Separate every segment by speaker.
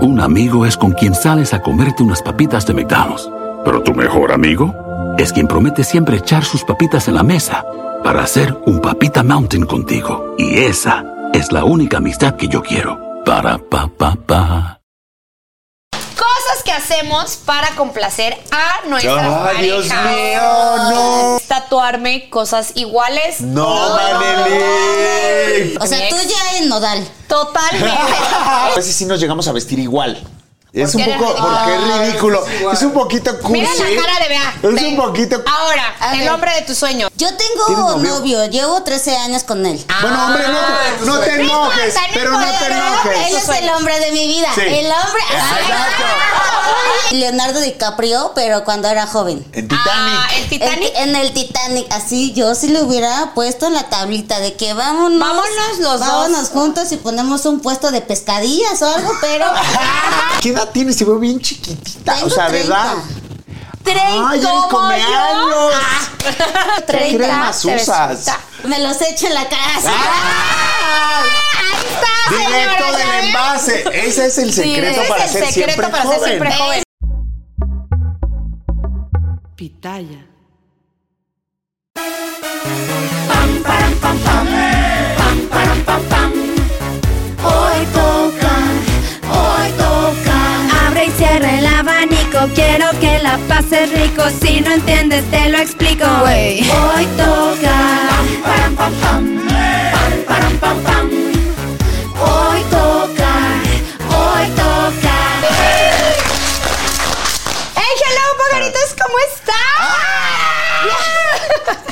Speaker 1: Un amigo es con quien sales a comerte unas papitas de McDonald's. Pero tu mejor amigo es quien promete siempre echar sus papitas en la mesa para hacer un papita mountain contigo. Y esa es la única amistad que yo quiero. Para pa pa pa.
Speaker 2: Cosas que hacemos para complacer a nuestras parejas.
Speaker 3: ¡Ay, Dios mío, no!
Speaker 2: Tatuarme cosas iguales.
Speaker 3: ¡No, Maneli!
Speaker 4: O sea, tú ya en nodal.
Speaker 2: Totalmente.
Speaker 3: A veces sí nos llegamos a vestir igual. Es un
Speaker 2: qué
Speaker 3: poco,
Speaker 2: ridículo?
Speaker 3: porque es ridículo. Es un poquito cursi.
Speaker 2: Mira la cara de Bea. Ah,
Speaker 3: Es
Speaker 2: Ven.
Speaker 3: un poquito...
Speaker 2: Ahora,
Speaker 4: A
Speaker 2: el
Speaker 4: ver.
Speaker 2: hombre de tu sueño.
Speaker 4: Yo tengo
Speaker 3: ¿Tienes novio?
Speaker 4: novio? llevo 13 años con él.
Speaker 3: Bueno, hombre, no, te- no te enojes,
Speaker 2: importa, no
Speaker 3: pero no
Speaker 2: importa,
Speaker 3: te
Speaker 2: Ah, pero no
Speaker 3: enojes.
Speaker 4: Él es el hombre de mi vida.
Speaker 3: Sí.
Speaker 4: El hombre.
Speaker 3: Exacto.
Speaker 4: Leonardo DiCaprio, pero cuando era joven.
Speaker 3: En Titanic.
Speaker 2: Ah, el Titanic.
Speaker 4: En, en el Titanic, así yo sí le hubiera puesto en la tablita de que vámonos.
Speaker 2: Vámonos los dos.
Speaker 4: Vámonos juntos y ponemos un puesto de pescadillas o algo, pero.
Speaker 3: ¿Qué edad tienes? Se ve bien chiquitita.
Speaker 4: Tengo
Speaker 3: o sea, de
Speaker 4: 30.
Speaker 3: edad.
Speaker 2: Treinta
Speaker 3: ¡Ay, eres
Speaker 2: como yo. Ah,
Speaker 3: comeaños! ¿Qué
Speaker 4: 30,
Speaker 3: cremas
Speaker 2: te ves-
Speaker 3: usas? Ah,
Speaker 2: Ta-
Speaker 4: me los echo en la cara. así.
Speaker 3: ¡Ay!
Speaker 2: Ahí está, señora,
Speaker 3: Directo
Speaker 2: ¿ya
Speaker 3: del
Speaker 2: ves?
Speaker 3: envase. Ese es el
Speaker 2: Sí,
Speaker 3: secreto
Speaker 2: ese es
Speaker 3: para
Speaker 2: el
Speaker 3: ser
Speaker 2: secreto
Speaker 3: siempre
Speaker 2: para ser siempre joven.
Speaker 3: joven.
Speaker 5: Pitaya.
Speaker 6: Hoy toca, hoy toca. Abre y cierra el abanico, quiero que la pases rico. Si no entiendes, te lo explico. Hoy toca. Hoy toca, hoy toca.
Speaker 2: ¡Hey, hello, pajaritos! ¿Cómo están?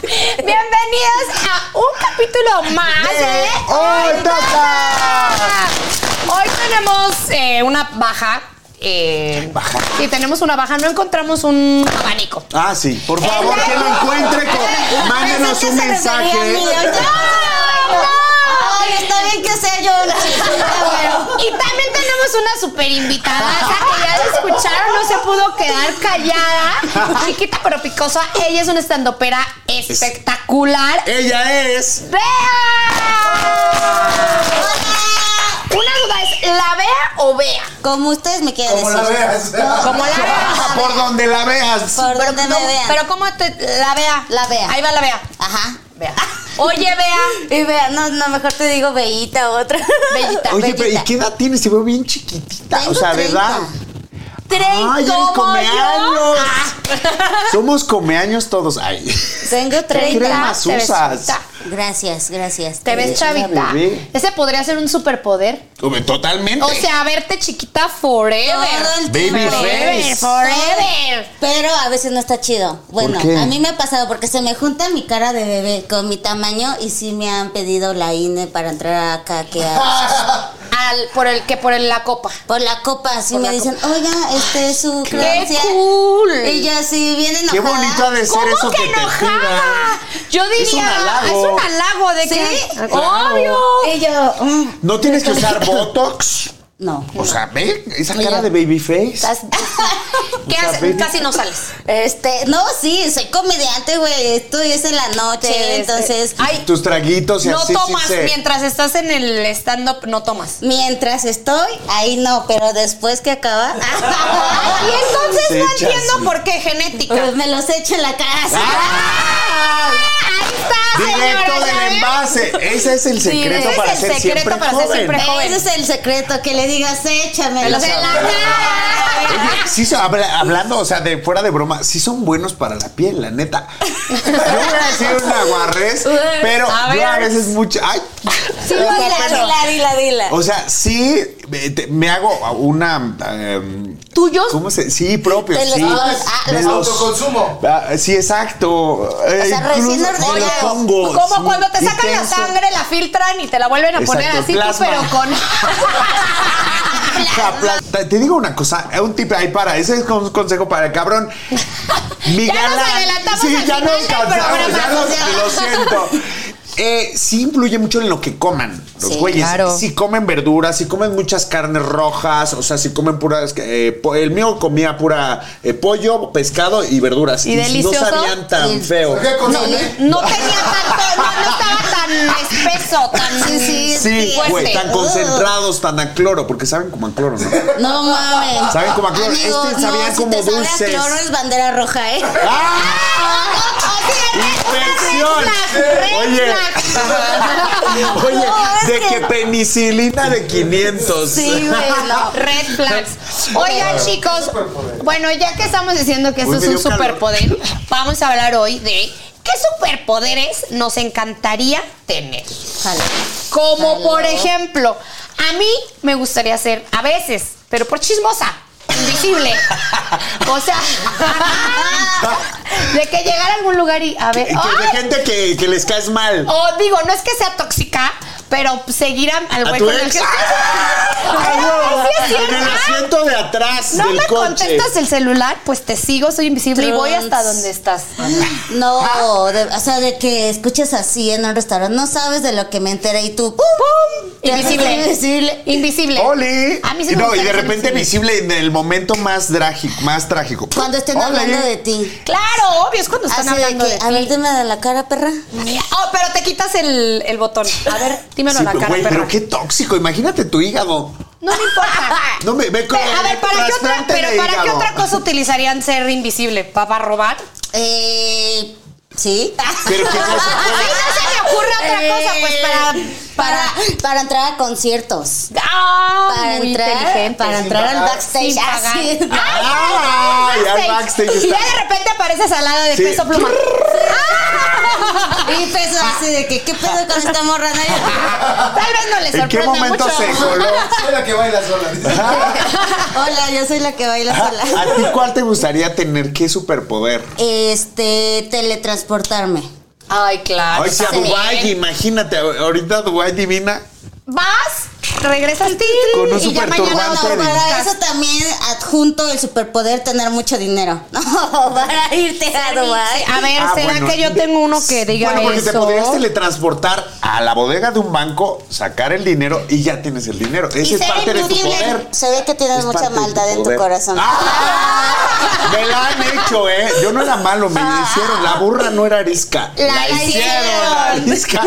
Speaker 2: Bien- Bienvenidos a un capítulo más de
Speaker 3: Eh, ¡Hoy toca!
Speaker 2: Hoy tenemos eh, una baja. eh,
Speaker 3: Baja.
Speaker 2: Sí, tenemos una baja. No encontramos un abanico.
Speaker 3: Ah, sí. Por favor, que lo encuentre. Con... Mándenos
Speaker 4: Pensé que
Speaker 3: un
Speaker 4: se refería a mí,
Speaker 3: mensaje.
Speaker 4: ahorita- Ay, está bien que sea yo la chiquita, pero-
Speaker 2: Y también tenemos una super invitada que ya la escucharon, no se pudo quedar callada. Chiquita pero picosa. Ella es una estandopera espectacular.
Speaker 3: Ella es.
Speaker 2: ¡Bea! Una duda es, ¿la Bea o Bea?
Speaker 4: Como ustedes me quieran decir.
Speaker 2: Como la Bea.
Speaker 3: Por donde la veas.
Speaker 4: Por donde me
Speaker 2: ¿Cómo-
Speaker 4: vean.
Speaker 2: Pero ¿cómo te, la Bea?
Speaker 4: La Bea.
Speaker 2: Ahí va la Bea.
Speaker 4: Ajá.
Speaker 2: Bea. Oye, Bea.
Speaker 4: Y vea, no, no, mejor te digo Bellita u otra.
Speaker 2: Bellita.
Speaker 3: Oye, pero ¿y
Speaker 4: Bellita.
Speaker 3: qué edad tienes? Se ve bien chiquitita. O
Speaker 4: Tengo
Speaker 3: sea, de
Speaker 4: 30.
Speaker 3: edad.
Speaker 2: Trey,
Speaker 3: Ay, eres
Speaker 2: como yo.
Speaker 3: comeaños.
Speaker 2: Ah.
Speaker 3: Somos comeaños todos. Ay.
Speaker 4: Tengo
Speaker 3: ¿Qué
Speaker 4: 30.
Speaker 3: cremas
Speaker 2: te ves
Speaker 3: usas?
Speaker 2: chavita.
Speaker 4: Gracias, gracias. Eh,
Speaker 2: Te ves chavita.
Speaker 3: bebé.
Speaker 2: Ese podría ser un superpoder.
Speaker 3: Totalmente.
Speaker 2: O sea, verte chiquita forever.
Speaker 4: Todo el
Speaker 3: Baby
Speaker 4: tiempo.
Speaker 2: Forever,
Speaker 3: face.
Speaker 2: forever.
Speaker 4: Pero a veces no está chido. Bueno,
Speaker 3: qué?
Speaker 4: a mí me ha pasado porque se me junta mi cara de bebé con mi tamaño y sí me han pedido la INE para entrar acá que a-
Speaker 2: Al- por el que por el- la copa.
Speaker 4: por la copa así
Speaker 2: Por
Speaker 4: me
Speaker 2: la
Speaker 4: dicen, "Oiga, este es su
Speaker 2: ¡Qué
Speaker 4: credencial."
Speaker 2: cool!
Speaker 4: Y yo así bien enojada.
Speaker 3: Qué bonito ha de ser
Speaker 2: ¿Cómo
Speaker 3: eso
Speaker 2: que,
Speaker 3: que, te
Speaker 2: enojada?
Speaker 3: pidan.
Speaker 2: Yo diría,
Speaker 3: Es un halago.
Speaker 2: es un halago de que.
Speaker 4: Sí,
Speaker 2: ¡Obvio!
Speaker 4: Y yo, mm,
Speaker 3: No tienes que usar botox.
Speaker 4: no.
Speaker 3: O sea, ve esa cara de baby face.
Speaker 2: Estás- ¿Qué
Speaker 3: O sea,
Speaker 2: haces?
Speaker 3: baby-
Speaker 2: Casi no sales.
Speaker 4: Este, no, sí, soy comediante, güey. Esto es en la noche,
Speaker 2: Sí, es-
Speaker 4: entonces.
Speaker 2: Ay,
Speaker 3: Tus traguitos y
Speaker 2: no
Speaker 3: así. sí
Speaker 2: tomas.
Speaker 3: se-
Speaker 2: Mientras estás en el stand-up, no tomas.
Speaker 4: Mientras estoy, ahí no, pero después que acaba,
Speaker 2: Y entonces
Speaker 3: Se
Speaker 2: no
Speaker 3: echa
Speaker 2: entiendo
Speaker 3: así.
Speaker 2: por qué genética.
Speaker 4: pues, me los echo en la cara. así.
Speaker 3: Ah, ¡Ay!
Speaker 2: Ahí está, señora,
Speaker 3: Ah. Directo
Speaker 2: ¿ya
Speaker 3: del
Speaker 2: ves?
Speaker 3: envase. Ese es el secreto
Speaker 2: ese es
Speaker 3: para
Speaker 2: el
Speaker 3: ser
Speaker 2: secreto
Speaker 3: siempre
Speaker 2: para ser
Speaker 3: joven.
Speaker 2: siempre joven.
Speaker 4: Ese es el secreto, que le digas, échame.
Speaker 2: Los en la cara.
Speaker 3: Oye, sí, so- habla- hablando, o sea, de fuera de broma, sí son buenos para la piel, la neta. Yo voy a decir un aguarrés, pero
Speaker 2: A
Speaker 3: yo
Speaker 2: ver.
Speaker 3: a veces mucho. Ay, Pues,
Speaker 4: Sí, dila, dila, dila, dila.
Speaker 3: o sea, sí eh, te- me hago una. em,
Speaker 2: ¿Tuyos?
Speaker 3: ¿Cómo se? Sí, propio.
Speaker 4: De los-
Speaker 3: sí.
Speaker 4: ah, los-
Speaker 3: autoconsumo. sí, exacto. Eh,
Speaker 4: sea, recién
Speaker 3: incluso
Speaker 4: ordeñado.
Speaker 3: me lo pongo,
Speaker 2: Como
Speaker 3: sí,
Speaker 2: cuando te sacan la
Speaker 3: intenso.
Speaker 2: sangre, la filtran y te la vuelven a poner
Speaker 3: Exacto,
Speaker 2: así, tú,
Speaker 3: plasma.
Speaker 2: pero con.
Speaker 3: aplasta. Te digo una cosa, eh, un tip ahí para, ese es un consejo para el cabrón. Mi
Speaker 2: Ya nos
Speaker 3: galán-
Speaker 2: adelantamos
Speaker 3: Sí,
Speaker 2: al
Speaker 3: ya
Speaker 2: final
Speaker 3: nos
Speaker 2: del
Speaker 3: cansamos,
Speaker 2: programa,
Speaker 3: ya nos-
Speaker 2: José.
Speaker 3: lo siento. Eh, sí influye mucho en lo que coman los
Speaker 4: Sí,
Speaker 3: güeyes.
Speaker 5: claro.
Speaker 3: Si comen verduras, si comen muchas carnes rojas, o sea, si comen puras... eh, po- el mío comía pura eh, pollo, pescado y verduras.
Speaker 5: ¿Y
Speaker 3: No
Speaker 5: delicioso?
Speaker 3: sabían tan
Speaker 4: Y-
Speaker 3: feo.
Speaker 2: No, no tenía tanto, no, no estaba tan espeso, tan.
Speaker 4: Sí, sí.
Speaker 3: Sí,
Speaker 2: fuerte.
Speaker 3: güey, tan concentrados, tan a cloro, porque saben como a cloro, ¿no?
Speaker 4: No mames.
Speaker 3: ¿Saben cómo a cloro?
Speaker 4: Amigo,
Speaker 3: Este sabía
Speaker 4: no,
Speaker 3: como
Speaker 4: si te sabe a
Speaker 3: dulces.
Speaker 4: cloro es bandera roja, ¿eh?
Speaker 3: ¡Ah! ¡Infección! Oye, oye, de que penicilina de 500.
Speaker 4: Sí, güey. no.
Speaker 2: Red flags. Oigan, chicos, bueno, ya que estamos diciendo que esto
Speaker 3: Uy,
Speaker 2: es
Speaker 3: me
Speaker 2: un
Speaker 3: dio calor.
Speaker 2: superpoder, vamos a hablar hoy de qué superpoderes nos encantaría tener.
Speaker 4: Jala.
Speaker 2: Como
Speaker 4: Hello.
Speaker 2: por ejemplo, a mí me gustaría ser a veces, pero por chismosa, invisible. O sea, de que llegar a algún lugar y a ver.
Speaker 3: Y que
Speaker 2: ¡ay!
Speaker 3: de gente que, que les caes mal.
Speaker 2: O digo, no es que sea tóxica, pero seguir a- al
Speaker 3: ¿A
Speaker 2: güey
Speaker 3: tu
Speaker 2: con el
Speaker 3: ex? Ah,
Speaker 2: que.
Speaker 3: Ay, no.
Speaker 2: Sí es cierto. Ah,
Speaker 3: En el asiento de atrás
Speaker 2: No
Speaker 3: del
Speaker 2: me
Speaker 3: coche.
Speaker 2: contestas el celular, pues te sigo, soy invisible y voy
Speaker 4: Trunks.
Speaker 2: hasta donde estás.
Speaker 4: No, de- o sea, de que escuchas así en un restaurante, no sabes de lo que me enteré y tú, ¡pum!
Speaker 2: ¡Pum!
Speaker 4: Te
Speaker 2: Invisible.
Speaker 4: haces invisible.
Speaker 2: Invisible.
Speaker 3: ¡Oli!
Speaker 2: A mí se
Speaker 3: Y
Speaker 2: me
Speaker 3: no, y
Speaker 2: gustaría
Speaker 3: de
Speaker 2: ser
Speaker 3: repente visible en el momento más trágico, más trágico.
Speaker 4: Cuando estén
Speaker 3: ¡Oli!
Speaker 4: hablando de ti.
Speaker 2: Claro, obvio, es cuando están
Speaker 4: Así de
Speaker 2: hablando
Speaker 4: que,
Speaker 2: de
Speaker 4: a ver,
Speaker 2: ti.
Speaker 4: dime de la cara, perra.
Speaker 2: Oh, pero te quitas el, el botón. A ver, dímelo
Speaker 3: Sí,
Speaker 2: a la
Speaker 3: pero,
Speaker 2: cara,
Speaker 3: güey,
Speaker 2: perra.
Speaker 3: pero qué tóxico. Imagínate tu hígado.
Speaker 2: No me importa.
Speaker 3: No me- ve con-
Speaker 2: Pero, a ver, ¿para qué otra,
Speaker 3: trasplante
Speaker 2: pero
Speaker 3: de
Speaker 2: ¿para qué
Speaker 3: hígado.
Speaker 2: otra cosa utilizarían ser invisible? ¿Pa- ¿Para robar?
Speaker 4: Eh, ¿sí?
Speaker 3: Pero qué
Speaker 4: Ah,
Speaker 3: cosa.
Speaker 2: A mí no se me ocurre
Speaker 4: eh,
Speaker 2: otra cosa, pues para...
Speaker 4: Para, para entrar a conciertos.
Speaker 2: Ah,
Speaker 4: Para
Speaker 2: muy
Speaker 4: entrar,
Speaker 2: inteligente.
Speaker 4: para
Speaker 2: Sin
Speaker 4: entrar al
Speaker 2: pagar.
Speaker 4: backstage. ah,
Speaker 2: Sin pagar.
Speaker 4: así.
Speaker 3: ¡Ay! Al backstage
Speaker 2: Y
Speaker 3: está.
Speaker 2: ya de repente aparece salada de
Speaker 3: Sí.
Speaker 2: peso pluma.
Speaker 4: Y peso así de que, ¿qué pedo con esta morra? Nadie-
Speaker 2: Ah, Tal vez no le sorprenda
Speaker 3: ¿En qué momento
Speaker 2: mucho.
Speaker 3: se coló?
Speaker 7: Soy la que baila sola.
Speaker 4: Hola, yo soy la que baila sola.
Speaker 3: ¿A ti cuál te gustaría tener? ¿Qué superpoder?
Speaker 4: Este, teletransportarme.
Speaker 2: Ay, claro.
Speaker 3: Ay, si a
Speaker 2: está bien.
Speaker 3: Dubái, imagínate, ahorita Dubái divina.
Speaker 2: Vas, regresas ti, ti,
Speaker 3: Con un
Speaker 2: y ya
Speaker 3: super
Speaker 2: mañana
Speaker 4: No,
Speaker 3: turbante.
Speaker 2: no,
Speaker 4: para eso también adjunto el superpoder tener mucho dinero. No, para irte a Dubái.
Speaker 2: A ver,
Speaker 3: Ah,
Speaker 2: ¿será
Speaker 3: bueno.
Speaker 2: que yo tengo uno que diga
Speaker 3: Bueno, porque
Speaker 2: eso?
Speaker 3: te podrías teletransportar a la bodega de un banco, sacar el dinero y ya tienes el dinero. Ese es
Speaker 4: ser
Speaker 3: parte de tu
Speaker 4: invisible.
Speaker 3: poder.
Speaker 4: Se ve que tienes
Speaker 3: Es
Speaker 4: mucha
Speaker 3: parte de tu
Speaker 4: maldad en tu
Speaker 3: poder.
Speaker 4: corazón.
Speaker 3: ¡Ah! Me la han hecho, ¿eh? Yo no era malo, me la hicieron. La burra no era arisca.
Speaker 2: La
Speaker 3: la
Speaker 2: hicieron.
Speaker 3: arisca.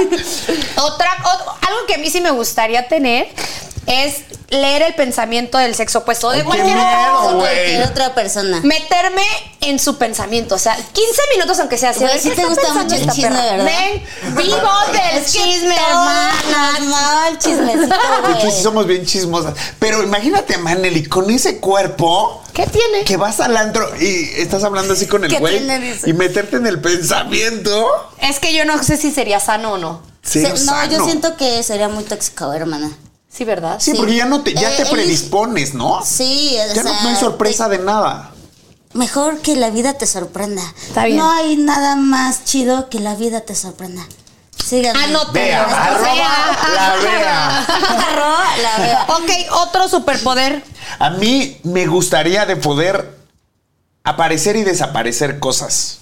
Speaker 2: Otra, o- algo que a mí sí me gustaría tener es leer el pensamiento del sexo opuesto. De
Speaker 3: Ay, qué
Speaker 2: cualquier otra
Speaker 3: miedo,
Speaker 2: persona.
Speaker 3: güey.
Speaker 4: Cualquier otra persona.
Speaker 2: Meterme en su pensamiento. O sea, 15 minutos aunque sea así.
Speaker 4: Güey,
Speaker 2: a ver
Speaker 4: sí
Speaker 2: qué
Speaker 4: te
Speaker 2: está
Speaker 4: gusta
Speaker 2: pensando
Speaker 4: mucho el
Speaker 2: esta
Speaker 4: chisme,
Speaker 2: perra.
Speaker 4: ¿verdad?
Speaker 2: Ven, vivo del
Speaker 4: Es que
Speaker 2: chisme,
Speaker 4: todas
Speaker 2: hermana.
Speaker 4: nos mama el chismecito,
Speaker 3: Y que sí
Speaker 4: güey.
Speaker 3: somos bien chismosas. Pero imagínate a Maneli con ese cuerpo
Speaker 2: ¿Qué tiene?
Speaker 3: que vas al antro y estás hablando así con el
Speaker 4: ¿Qué
Speaker 3: güey
Speaker 4: tiene, dice?
Speaker 3: y meterte en el pensamiento.
Speaker 2: Es que yo no sé si sería sano o no.
Speaker 3: cero
Speaker 4: Se- no, yo
Speaker 3: sano.
Speaker 4: siento que sería muy tóxico, hermana.
Speaker 2: Sí, ¿verdad?
Speaker 3: Sí,
Speaker 4: sí.
Speaker 3: porque ya no te, ya
Speaker 4: Eh,
Speaker 3: te
Speaker 4: él-
Speaker 3: predispones, ¿no?
Speaker 4: Sí,
Speaker 3: Ya no,
Speaker 4: o sea, eh,
Speaker 3: no hay sorpresa de nada.
Speaker 4: Mejor que la vida te sorprenda.
Speaker 2: Está bien.
Speaker 4: No hay nada más chido que la vida te sorprenda. Síganme.
Speaker 2: Anoten.
Speaker 3: Vea, arroba la vea.
Speaker 4: Arroba la vea.
Speaker 2: Ok, otro superpoder.
Speaker 3: A mí me gustaría de poder aparecer y desaparecer cosas.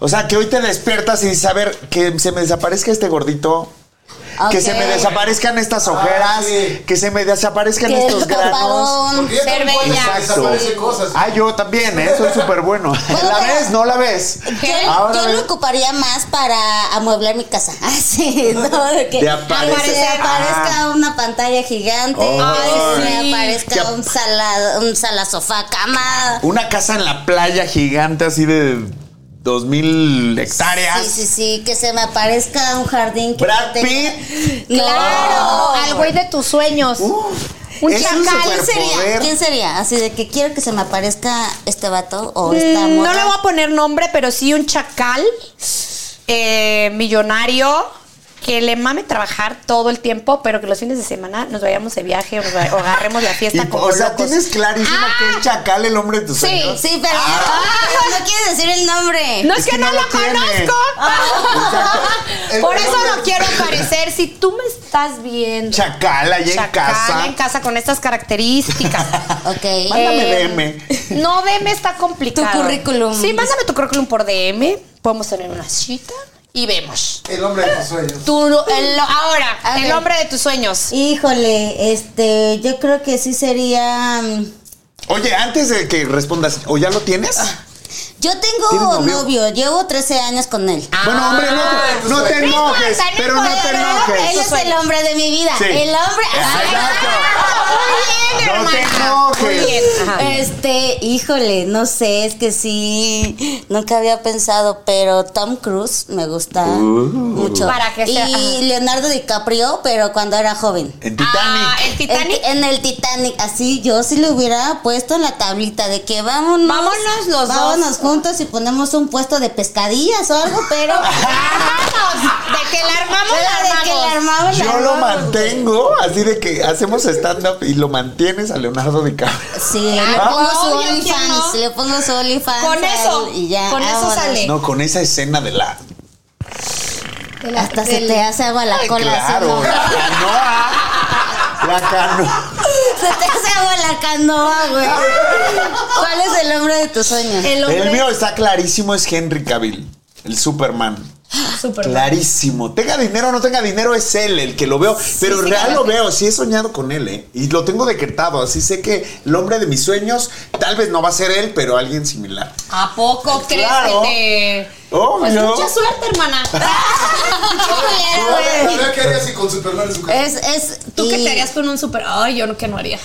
Speaker 3: O sea, que hoy te despiertas y saber que se me desaparezca este gordito. Que se me
Speaker 4: Ok.
Speaker 3: desaparezcan estas ojeras,
Speaker 7: Ah, sí.
Speaker 3: que se me desaparezcan
Speaker 4: Que
Speaker 3: estos
Speaker 4: el
Speaker 3: granos.
Speaker 4: papadón.
Speaker 7: Porque ya
Speaker 2: Ser
Speaker 7: también puedes
Speaker 2: bella.
Speaker 7: hacer desaparecer cosas.
Speaker 3: Ah, yo también, ¿eh? Soy súper bueno.
Speaker 4: Bueno,
Speaker 3: ¿La
Speaker 4: pero-
Speaker 3: ves? ¿No la ves?
Speaker 4: Yo,
Speaker 3: Ahora
Speaker 4: yo
Speaker 3: ves.
Speaker 4: lo ocuparía más para amueblar mi casa. Así, ¿no? De que
Speaker 3: De aparecer. Ah.
Speaker 4: aparece- aparezca una pantalla gigante.
Speaker 3: Ay,
Speaker 2: sí.
Speaker 4: que
Speaker 3: Que
Speaker 4: aparezca
Speaker 3: ap-
Speaker 4: un sala, un sala sofá, cama.
Speaker 3: Una casa en la playa gigante así de 2000 hectáreas.
Speaker 4: Sí, sí, sí, que se me aparezca un jardín. Que
Speaker 3: Brad Ah.
Speaker 4: yo tenga- No.
Speaker 2: Claro, al güey de tus sueños. un
Speaker 3: es un
Speaker 2: chacal
Speaker 4: ¿Quién sería?
Speaker 3: superpoder.
Speaker 4: ¿Quién sería? Así de que quiero que se me aparezca este vato o esta
Speaker 2: Mm,
Speaker 4: morra.
Speaker 2: No le voy a poner nombre, pero sí un chacal eh, millonario
Speaker 5: que le mame trabajar todo el tiempo, pero que los fines de semana nos vayamos de viaje o, nos va- o agarremos la
Speaker 3: Y,
Speaker 5: fiesta como
Speaker 3: o sea,
Speaker 5: locos.
Speaker 3: tienes clarísimo que es Chacal el hombre de tus
Speaker 2: Ah. Sí,
Speaker 3: sueños.
Speaker 4: Sí, pero
Speaker 3: Ah.
Speaker 4: no, no quiere decir el nombre.
Speaker 2: No es, que, no, lo
Speaker 3: tiene. Ah,
Speaker 2: conozco.
Speaker 3: Exacto.
Speaker 2: Por
Speaker 3: El
Speaker 2: eso
Speaker 3: nombre-
Speaker 2: no quiero aparecer. Si tú me estás viendo.
Speaker 3: Chacal allá en
Speaker 2: chacal
Speaker 3: casa.
Speaker 2: en casa con estas características.
Speaker 4: Ok.
Speaker 3: Mándame
Speaker 2: Eh,
Speaker 3: DM.
Speaker 2: No, DM está complicado.
Speaker 4: Tu currículum.
Speaker 2: Sí, mándame tu currículum por DM. Podemos tener una cita y vemos.
Speaker 7: El hombre de tus sueños.
Speaker 2: Tú, el- ahora,
Speaker 4: A
Speaker 2: el
Speaker 4: ver.
Speaker 2: hombre de tus sueños.
Speaker 4: Híjole, este, yo creo que sí sería. mm,
Speaker 3: Oye, antes de que respondas, ¿o ya lo tienes?
Speaker 2: Ah.
Speaker 4: Yo
Speaker 3: ¿Tienes
Speaker 4: tengo
Speaker 3: novio?
Speaker 4: novio, llevo 13 años con él.
Speaker 3: Bueno, hombre, no, te- no te
Speaker 2: no importa,
Speaker 3: enojes,
Speaker 2: Ah, no
Speaker 3: pero no te
Speaker 2: importa, no, Ah,
Speaker 4: Él
Speaker 3: enojes.
Speaker 4: es el hombre de mi vida.
Speaker 3: Sí.
Speaker 4: El hombre.
Speaker 3: Exacto.
Speaker 2: Muy bien,
Speaker 3: No te
Speaker 2: hermana.
Speaker 3: enojes.
Speaker 2: Muy bien. Eh, Ajá.
Speaker 4: Este, híjole, no sé, es que sí, nunca había pensado, pero Tom Cruise me gusta
Speaker 3: Uh.
Speaker 4: mucho.
Speaker 2: Para que sea- ajá.
Speaker 4: Y Leonardo DiCaprio, pero cuando era joven.
Speaker 3: En
Speaker 2: Ah,
Speaker 3: Titanic.
Speaker 2: el Titanic.
Speaker 4: En, en el Titanic, así yo sí le hubiera puesto en la tablita de que vámonos.
Speaker 2: Vámonos los dos.
Speaker 4: Vámonos juntos y ponemos un puesto de pescadillas o algo, pero.
Speaker 2: Ah, Vamos, de que la armamos,
Speaker 4: Pero
Speaker 2: la
Speaker 4: de que la
Speaker 2: armamos.
Speaker 4: armamos, la
Speaker 3: Yo lo
Speaker 4: armamos.
Speaker 3: mantengo, así de que hacemos stand-up y lo mantienes a Leonardo DiCaprio.
Speaker 4: Sí, le
Speaker 2: Ah,
Speaker 4: pongo su
Speaker 2: obvio que
Speaker 4: OnlyFans,
Speaker 2: no.
Speaker 4: le pongo su OnlyFans.
Speaker 2: Con
Speaker 4: a
Speaker 2: eso,
Speaker 4: él y ya,
Speaker 2: con eso
Speaker 4: vámonos.
Speaker 2: sale.
Speaker 3: No, con esa escena de la.
Speaker 2: De la-
Speaker 4: Hasta se
Speaker 2: del-
Speaker 4: te hace agua la
Speaker 3: Ay,
Speaker 4: cola. ¿sí
Speaker 3: claro,
Speaker 4: o
Speaker 3: la
Speaker 4: no?
Speaker 3: canoa. La canoa.
Speaker 4: Se te hace agua la canoa, güey. ¿Cuál es el hombre de tus sueños?
Speaker 2: El hombre
Speaker 3: El mío está clarísimo, es Henry Cavill, el Superman.
Speaker 2: Superman.
Speaker 3: Clarísimo. Tenga dinero o no tenga dinero, es él el que lo veo. pero
Speaker 2: sí,
Speaker 3: real
Speaker 2: claro.
Speaker 3: lo veo, sí he soñado con él, ¿eh? Y lo tengo decretado, así sé que el hombre de mis sueños, tal vez no va a ser él, pero alguien similar.
Speaker 2: ¿A poco crees
Speaker 3: Pues Claro.
Speaker 2: que te.?
Speaker 3: Oh,
Speaker 2: Pues
Speaker 3: no.
Speaker 2: mucha suerte, hermana.
Speaker 4: Culero, güey.
Speaker 7: Yo qué haría si con Superman en su casa.
Speaker 4: Es, es.
Speaker 2: ¿Tú qué
Speaker 4: y
Speaker 2: te harías con un super.? Ay, yo no, que no haría.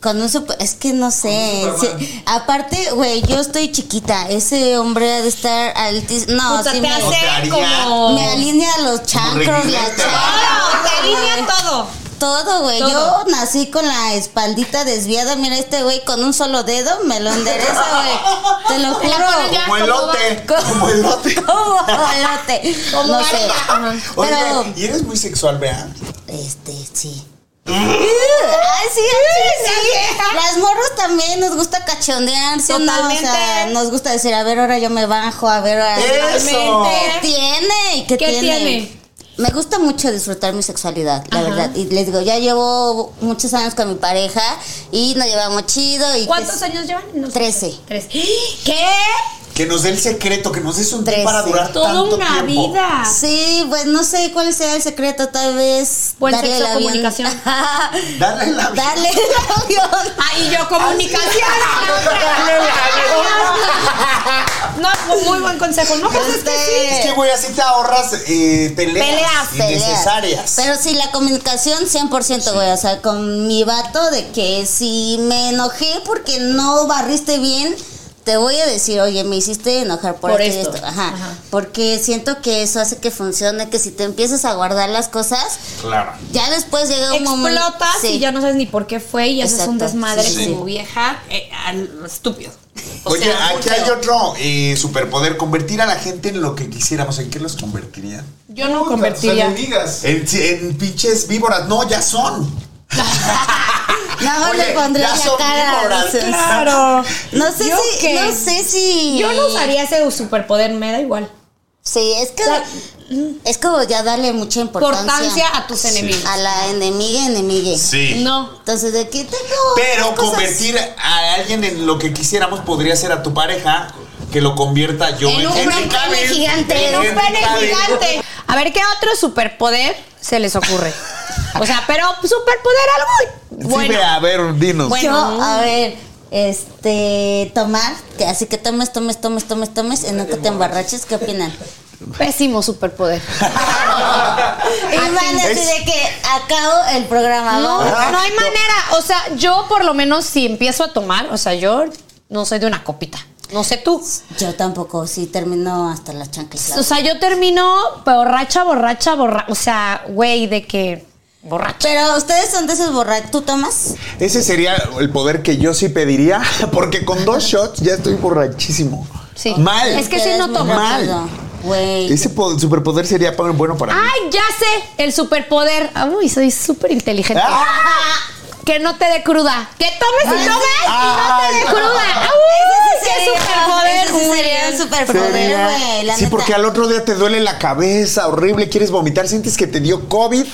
Speaker 4: Con un super. Es que no sé.
Speaker 7: Con un Superman.
Speaker 4: sí. Aparte, güey, yo estoy chiquita. Ese hombre ha de estar altísimo. No,
Speaker 2: Puta,
Speaker 4: sí
Speaker 2: te
Speaker 4: me.
Speaker 3: O te
Speaker 2: hace
Speaker 3: haría-
Speaker 2: como.
Speaker 4: Me alinea los chancros, la
Speaker 3: reguilete.
Speaker 4: chancla.
Speaker 2: Claro, te alinea todo.
Speaker 4: Todo, güey. Yo
Speaker 2: Todo.
Speaker 4: nací con la espaldita desviada. Mira, este güey con un solo dedo me lo endereza, güey. Te lo
Speaker 2: Te la
Speaker 4: juro.
Speaker 2: pone ya
Speaker 3: Como elote.
Speaker 4: ¿Cómo?
Speaker 3: Como elote.
Speaker 4: Como elote.
Speaker 2: Como
Speaker 4: No sé.
Speaker 2: vaca.
Speaker 3: Oye,
Speaker 4: Pero,
Speaker 3: y eres muy sexual, vea.
Speaker 4: este, sí. Ay, sí, sí, sí. Las morros también nos gusta cachondear, ¿sí o no? O sea,
Speaker 2: Totalmente.
Speaker 4: nos gusta decir, a ver, ahora yo me bajo, a ver, ahora.
Speaker 3: Eso.
Speaker 4: ¿Qué tiene? ¿Y ¿Qué,
Speaker 2: ¿Qué
Speaker 4: tiene?
Speaker 2: tiene?
Speaker 4: Me gusta mucho disfrutar mi sexualidad, la verdad. Y les digo, ya llevo muchos años con mi pareja y nos llevamos chido. Y pues
Speaker 2: ¿Cuántos
Speaker 4: que-
Speaker 2: años llevan? No sé.
Speaker 4: Trece.
Speaker 2: Tres. ¿Qué?
Speaker 3: Que nos dé el secreto, que nos des un tip
Speaker 4: Trece.
Speaker 3: para durar
Speaker 2: Toda
Speaker 3: tanto
Speaker 2: una
Speaker 3: tiempo.
Speaker 2: vida.
Speaker 4: Sí, pues no sé cuál sea el secreto, tal vez.
Speaker 2: Buen
Speaker 4: darle
Speaker 2: sexo,
Speaker 4: el avión.
Speaker 2: comunicación.
Speaker 3: Dale la vida.
Speaker 4: Dale el avión.
Speaker 2: Ay, Ah, yo comunicación. la otra. No, pues, muy buen consejo. No, pues es que sí.
Speaker 3: Este, Es que, güey, así te ahorras eh, peleas,
Speaker 4: Peleas, peleas.
Speaker 3: innecesarias.
Speaker 4: Pero sí, la comunicación 100%, güey. O sea, con mi vato de que si me enojé porque no barriste bien, te voy a decir, oye, me hiciste enojar por,
Speaker 2: Por
Speaker 4: esto y
Speaker 2: esto.
Speaker 4: esto. Ajá.
Speaker 2: Ajá.
Speaker 4: Porque siento que eso hace que funcione, que si te empiezas a guardar las cosas,
Speaker 3: Claro.
Speaker 4: ya después llega un momento...
Speaker 2: explotas
Speaker 4: Sí.
Speaker 2: y ya no sabes ni por qué fue y haces un
Speaker 4: Exacto.
Speaker 2: desmadre
Speaker 4: Sí, sí.
Speaker 2: como vieja eh, al- estúpido. O
Speaker 3: Oye,
Speaker 2: sea,
Speaker 3: aquí
Speaker 2: feo.
Speaker 3: hay otro eh, superpoder, convertir a la gente en lo que quisiéramos. ¿En qué los convertirían?
Speaker 2: Yo
Speaker 7: Puta,
Speaker 2: no
Speaker 7: tus
Speaker 2: convertiría.
Speaker 7: enemigas.
Speaker 3: En, en pinches víboras. No, ya son.
Speaker 4: Nada más
Speaker 3: Oye,
Speaker 4: le pondré
Speaker 3: ya
Speaker 4: la
Speaker 3: son
Speaker 4: cara.
Speaker 3: víboras.
Speaker 4: dices.
Speaker 2: Claro.
Speaker 4: No sé
Speaker 2: ¿Yo
Speaker 4: si...
Speaker 2: qué?
Speaker 4: No sé si...
Speaker 2: Yo no usaría ese superpoder, me da igual.
Speaker 4: Sí, es que...
Speaker 2: sea,
Speaker 4: es como ya darle mucha importancia.
Speaker 2: Importancia a tus enemigos.
Speaker 4: A la enemiga, enemigue.
Speaker 3: Sí.
Speaker 2: No.
Speaker 4: Entonces, ¿de qué tengo?
Speaker 3: Pero
Speaker 4: cosas?
Speaker 3: convertir a alguien en lo que quisiéramos podría ser a tu pareja que lo convierta yo
Speaker 4: En un
Speaker 3: Henry
Speaker 4: gran pene
Speaker 3: Cavill.
Speaker 4: gigante,
Speaker 2: En un
Speaker 3: Henry
Speaker 2: pene
Speaker 3: Cavill.
Speaker 2: gigante. A ver, ¿qué otro superpoder se les ocurre? O sea, pero superpoder algo
Speaker 3: Sí,
Speaker 2: bueno.
Speaker 3: vea, a ver, dinos.
Speaker 2: Bueno.
Speaker 4: Yo, a ver, este, tomar, que así que tomes, tomes, tomes, tomes, tomes, y nunca te emborraches, ¿qué opinan?
Speaker 2: Pésimo superpoder.
Speaker 4: y van así
Speaker 3: Es-
Speaker 4: de que acabo el programa,
Speaker 2: No,
Speaker 4: Ah, ¿no?
Speaker 3: Ajá.
Speaker 2: no hay manera. O sea, yo por lo menos si empiezo a tomar, o sea, yo no soy de una copita. No sé tú.
Speaker 4: Yo tampoco, sí, termino hasta las chanclas.
Speaker 2: O sea, yo termino borracha, borracha, borracha. O sea, güey, de que borracha.
Speaker 4: Pero ustedes son de esos borrachos, ¿tú tomas?
Speaker 3: Ese sería el poder que yo sí pediría, porque con dos shots ya estoy borrachísimo.
Speaker 2: Sí.
Speaker 3: Mal.
Speaker 2: Es que sí no
Speaker 4: Ustedes
Speaker 2: tomo.
Speaker 3: Mal.
Speaker 4: borrachos, no. Güey.
Speaker 3: Ese po- superpoder sería pa- bueno para mí.
Speaker 2: ¡Ay, ya sé! El superpoder. Ah, Uy, soy súper inteligente. Que no te dé cruda. Que tomes y tomes y no te dé
Speaker 3: Ay.
Speaker 2: cruda. Ah, ¡Uy,
Speaker 4: Ese sí
Speaker 2: qué
Speaker 4: sería-
Speaker 2: superpoder!
Speaker 4: ese sí
Speaker 2: Muy
Speaker 4: sería
Speaker 2: bien.
Speaker 4: un superpoder,
Speaker 3: Sería-
Speaker 4: güey. la
Speaker 3: Sí,
Speaker 4: neta.
Speaker 3: porque al otro día te duele la cabeza, horrible, quieres vomitar, sientes que te dio COVID.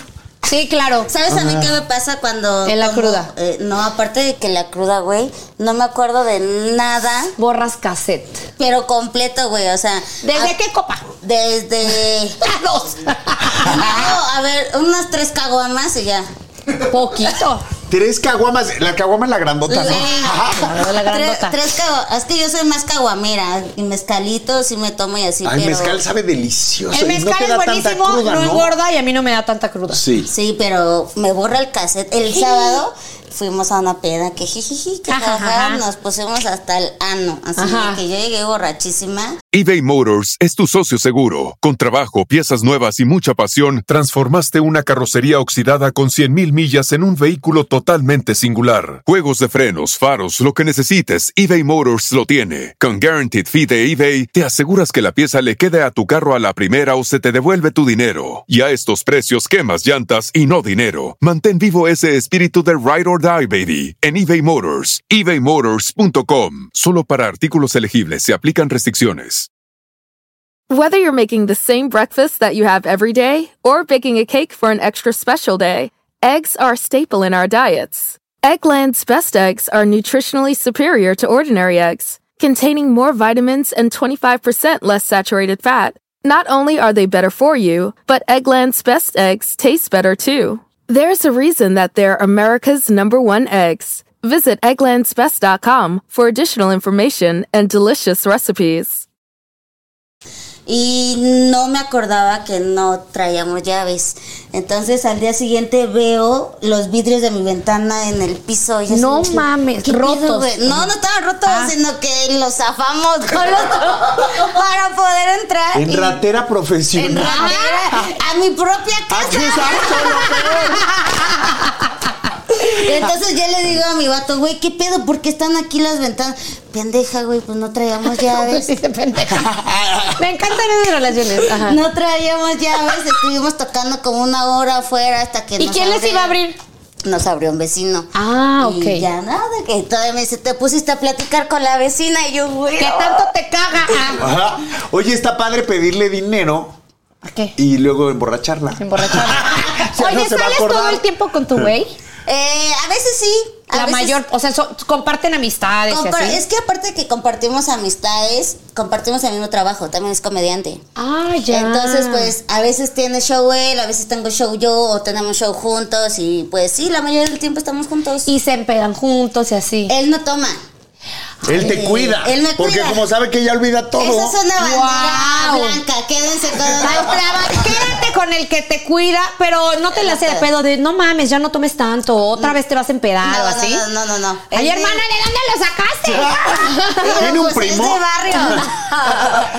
Speaker 2: Sí, claro.
Speaker 4: ¿Sabes a mí qué me pasa cuando...
Speaker 2: En la
Speaker 4: como-
Speaker 2: cruda.
Speaker 4: eh, no, aparte de que la cruda, güey, no me acuerdo de nada,
Speaker 2: Borras cassette. Ah.
Speaker 4: pero completo, güey, o sea...
Speaker 2: ¿Desde
Speaker 4: a-
Speaker 2: qué copa?
Speaker 4: Desde...
Speaker 2: Dos.
Speaker 4: No, a ver, unas tres caguamas y ya.
Speaker 2: Poquito.
Speaker 3: Tres caguamas, la caguama es la grandota, ¿no?
Speaker 2: Claro, la grandota.
Speaker 4: Tres, tres cagu- es que yo soy más caguamera. Y mezcalito sí me tomo y así.
Speaker 3: Ay,
Speaker 4: pero,
Speaker 3: mezcal sabe delicioso.
Speaker 2: El
Speaker 3: y no
Speaker 2: mezcal
Speaker 3: te
Speaker 2: es
Speaker 3: da tanta
Speaker 2: buenísimo,
Speaker 3: cruda,
Speaker 2: no engorda y a mí no me da tanta cruda.
Speaker 3: Sí.
Speaker 4: Sí, pero me borra el cassette. El sábado fuimos a una peda que jijiji, que
Speaker 2: Ajá,
Speaker 4: jaja,
Speaker 2: ajá.
Speaker 4: nos pusimos hasta el ano. Así
Speaker 2: Ajá.
Speaker 4: de que yo llegué borrachísima.
Speaker 8: eBay Motors es tu socio seguro. Con trabajo, piezas nuevas y mucha pasión, transformaste una carrocería oxidada con 100.000 millas en un vehículo totalmente singular. Juegos de frenos, faros, lo que necesites, eBay Motors lo tiene. Con Guaranteed Fee de eBay, te aseguras que la pieza le quede a tu carro a la primera o se te devuelve tu dinero. Y a estos precios, quemas llantas y no dinero. Mantén vivo ese espíritu de Ride or Die, baby, en eBay Motors. ebaymotors.com. Solo para artículos elegibles se aplican restricciones.
Speaker 9: Whether you're making the same breakfast that you have every day or baking a cake for an extra special day, eggs are a staple in our diets. Eggland's best eggs are nutritionally superior to ordinary eggs, containing more vitamins and 25% less saturated fat. Not only are they better for you, but Eggland's best eggs taste better too. There's a reason that they're America's number one eggs. Visit egglandsbest.com for additional information and delicious recipes.
Speaker 4: Y no me acordaba que no traíamos llaves. Entonces al día siguiente veo los vidrios de mi ventana en el piso. y yo
Speaker 5: No
Speaker 4: así,
Speaker 5: mames,
Speaker 4: ¿qué pedo,
Speaker 5: rotos.
Speaker 4: güey? no, no estaban rotos, sino que los zafamos con los- para poder entrar.
Speaker 3: En
Speaker 4: y-
Speaker 3: ratera
Speaker 4: en
Speaker 3: profesional.
Speaker 4: ratera, a mi propia
Speaker 3: Aquí
Speaker 4: casa.
Speaker 3: exacto, lo peor.
Speaker 2: Ah.
Speaker 4: Entonces ya le digo a mi vato, güey, ¿qué pedo? ¿Por qué están aquí las ventanas? Pendeja, güey, pues no traíamos llaves.
Speaker 2: Sí, de pendeja. Me encantan esas relaciones. Ajá.
Speaker 4: No traíamos llaves, estuvimos tocando como una hora afuera hasta que
Speaker 2: ¿Y
Speaker 4: nos
Speaker 2: quién les
Speaker 4: abrieron.
Speaker 2: iba a abrir?
Speaker 4: Nos abrió un vecino.
Speaker 2: Ah, ok.
Speaker 4: Y ya nada, que todavía me dice, te pusiste a platicar con la vecina y yo, güey.
Speaker 2: ¿Qué tanto te caga? Ah,
Speaker 3: Ajá. Oye, está padre pedirle dinero
Speaker 2: ¿a Ah, ¿Qué?
Speaker 3: y luego emborracharla.
Speaker 2: Emborrachar.
Speaker 3: Ya no
Speaker 2: Oye,
Speaker 3: se va a
Speaker 2: ¿sales
Speaker 3: acordar.
Speaker 2: todo el tiempo con tu güey?
Speaker 4: Eh, a veces sí. a
Speaker 2: La
Speaker 4: veces-
Speaker 2: mayor, o sea, so- comparten amistades y
Speaker 4: Compar-
Speaker 2: así.
Speaker 4: Es que aparte de que compartimos amistades, compartimos el mismo trabajo, también es comediante.
Speaker 2: Ah, ya.
Speaker 4: Entonces, pues, a veces tiene show él, a veces tengo show yo, o tenemos show juntos, y pues sí, la mayoría del tiempo estamos juntos.
Speaker 2: Y se empedan juntos y así.
Speaker 4: él no toma.
Speaker 3: Él te
Speaker 4: Eh,
Speaker 3: cuida.
Speaker 4: él me
Speaker 3: porque
Speaker 4: cuida.
Speaker 3: como sabe que ella olvida todo.
Speaker 4: Esa es una bandera
Speaker 2: Oh. Guau.
Speaker 4: blanca, quédense con
Speaker 2: Ay, brava, Quédate con el que te cuida, pero no te la hace de pedo de no mames, ya no tomes tanto, otra vez te vas a empedar o
Speaker 4: Mm. No,
Speaker 2: así.
Speaker 4: no, no, no, no.
Speaker 2: Ay,
Speaker 4: Es de-
Speaker 2: hermana, ¿de dónde lo sacaste?
Speaker 4: Pero,
Speaker 3: Tiene un
Speaker 4: pues, es
Speaker 3: primo.
Speaker 4: de barrio.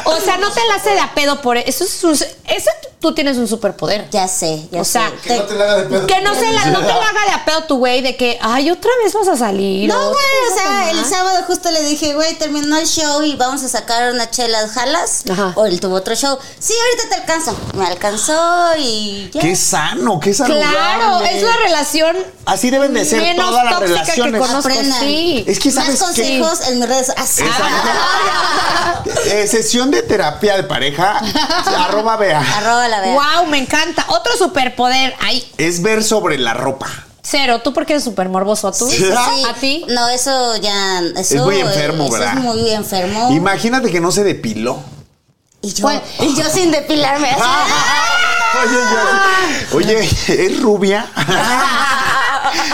Speaker 2: o sea, no te la hace de a pedo por e-, eso. es un- eso tú tienes un superpoder.
Speaker 4: Ya sé, ya
Speaker 2: O sea,
Speaker 4: sé.
Speaker 7: Que no te la haga de pedo.
Speaker 2: Que no, se la, no te la haga de a pedo tu güey de que, ay, otra vez vas a salir.
Speaker 4: No,
Speaker 2: otra
Speaker 4: güey,
Speaker 2: vez
Speaker 4: o
Speaker 2: vas a
Speaker 4: sea, el
Speaker 2: tomar".
Speaker 4: sábado justo le dije, güey, terminó el show y vamos a sacar una chela, ¿jalas?
Speaker 2: Ajá.
Speaker 4: O él tuvo otro show. Sí, ahorita te alcanzo. Me alcanzó y ya.
Speaker 3: Qué sano, qué saludable.
Speaker 2: Claro, es la relación
Speaker 3: Así deben de ser
Speaker 2: menos
Speaker 3: todas las
Speaker 2: tóxica que
Speaker 3: relaciones.
Speaker 2: conozco.
Speaker 4: Aprendan.
Speaker 2: Sí.
Speaker 3: Es que
Speaker 4: Más
Speaker 3: sabes qué?
Speaker 4: consejos en mis redes. Así.
Speaker 3: Eh, sesión de terapia de pareja, arroba vea,
Speaker 4: Arroba la vea.
Speaker 2: Wow, me encanta. Otro superpoder. Ay,
Speaker 3: es ver sobre la ropa.
Speaker 2: Cero, tú porque eres súper morboso, tú.
Speaker 4: Sí, sí, sí.
Speaker 2: ¿A ti?
Speaker 4: No, eso ya.
Speaker 3: Es
Speaker 4: Eso,
Speaker 3: muy enfermo,
Speaker 4: eso
Speaker 3: ¿verdad?
Speaker 4: Es muy enfermo.
Speaker 3: Imagínate que no se depiló.
Speaker 4: y, yo, y yo sin depilarme. así.
Speaker 3: Oye, ya- oye, es rubia.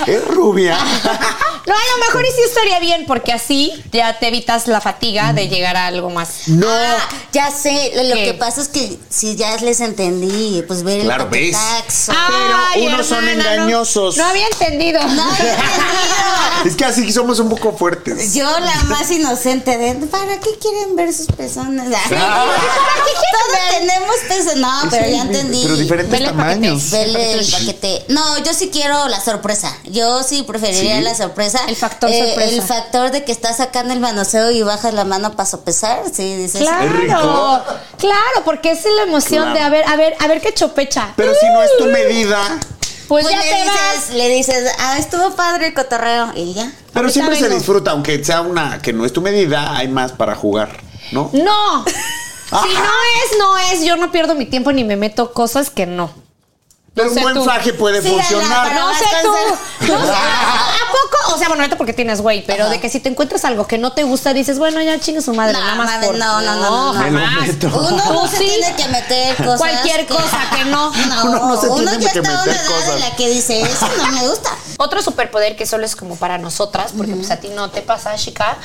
Speaker 3: Es rubia.
Speaker 2: No, a lo mejor y sí estaría bien, porque así ya te evitas la fatiga de llegar a algo más.
Speaker 3: Mm. No.
Speaker 4: Ah, ya sé, lo, lo
Speaker 2: ¿Qué?
Speaker 4: que pasa es que si ya les entendí, pues ver
Speaker 3: Claro,
Speaker 4: el
Speaker 3: ves.
Speaker 4: taxo.
Speaker 2: Ah.
Speaker 3: unos son
Speaker 2: no.
Speaker 3: engañosos.
Speaker 2: No, había entendido.
Speaker 4: No, ya entendí.
Speaker 3: Es que así somos un poco fuertes.
Speaker 4: Yo la más inocente de ¿para qué quieren ver sus pezones?
Speaker 3: Ah.
Speaker 4: Todos tenemos pezones. No, pero ya entendí.
Speaker 3: Pero diferentes
Speaker 5: Vele para que te-
Speaker 3: tamaños.
Speaker 4: Vele el paquete. No, yo sí quiero la sorpresa. Yo sí preferiría
Speaker 3: ¿Sí?
Speaker 4: la sorpresa. Eh,
Speaker 2: El factor sorpresa.
Speaker 4: El factor de que estás sacando el manoseo y bajas la mano para sopesar. Sí, dices. "Ah".
Speaker 3: Es rico.
Speaker 2: Claro, claro, porque es la emoción
Speaker 3: Claro.
Speaker 2: de a ver, a ver, a ver qué chopecha.
Speaker 3: Pero si no es
Speaker 2: Mm.
Speaker 3: tu medida.
Speaker 2: Pues,
Speaker 4: Pues
Speaker 2: ya
Speaker 4: le
Speaker 2: te vas.
Speaker 4: dices, le dices, ah, estuvo padre el cotorreo. Y ya.
Speaker 3: Pero
Speaker 2: Ahorita
Speaker 3: siempre se
Speaker 2: vengo.
Speaker 3: disfruta, aunque sea una que no es tu medida, hay más para jugar, ¿no?
Speaker 2: No. Si no es, no es. Yo no pierdo mi tiempo ni me meto cosas que no.
Speaker 3: Pero un
Speaker 2: sé
Speaker 3: buen
Speaker 2: tú.
Speaker 3: faje puede
Speaker 4: Sígala,
Speaker 3: funcionar.
Speaker 4: pero
Speaker 2: No sé
Speaker 4: vas
Speaker 2: tú. No sé, ¿A a poco? O sea, bueno, ahorita porque tienes güey, pero
Speaker 4: Ajá.
Speaker 2: de que si te encuentras algo que no te gusta, dices, bueno, ya chingue su madre,
Speaker 4: No,
Speaker 2: nada más.
Speaker 4: madre,
Speaker 2: por-
Speaker 4: no, no, no, no, no.
Speaker 3: Me lo
Speaker 2: jamás.
Speaker 3: meto.
Speaker 4: Uno no
Speaker 2: Tú
Speaker 4: se
Speaker 2: sí.
Speaker 4: tiene que meter cosas.
Speaker 2: Cualquier cosa que no.
Speaker 4: Uno
Speaker 3: Uno no se tiene
Speaker 4: ya
Speaker 3: que
Speaker 4: está a una
Speaker 3: meter
Speaker 4: edad
Speaker 3: cosas.
Speaker 4: en la que dice, eso no me gusta.
Speaker 2: Otro superpoder que solo es como para nosotras, porque pues a ti no te pasa, chica,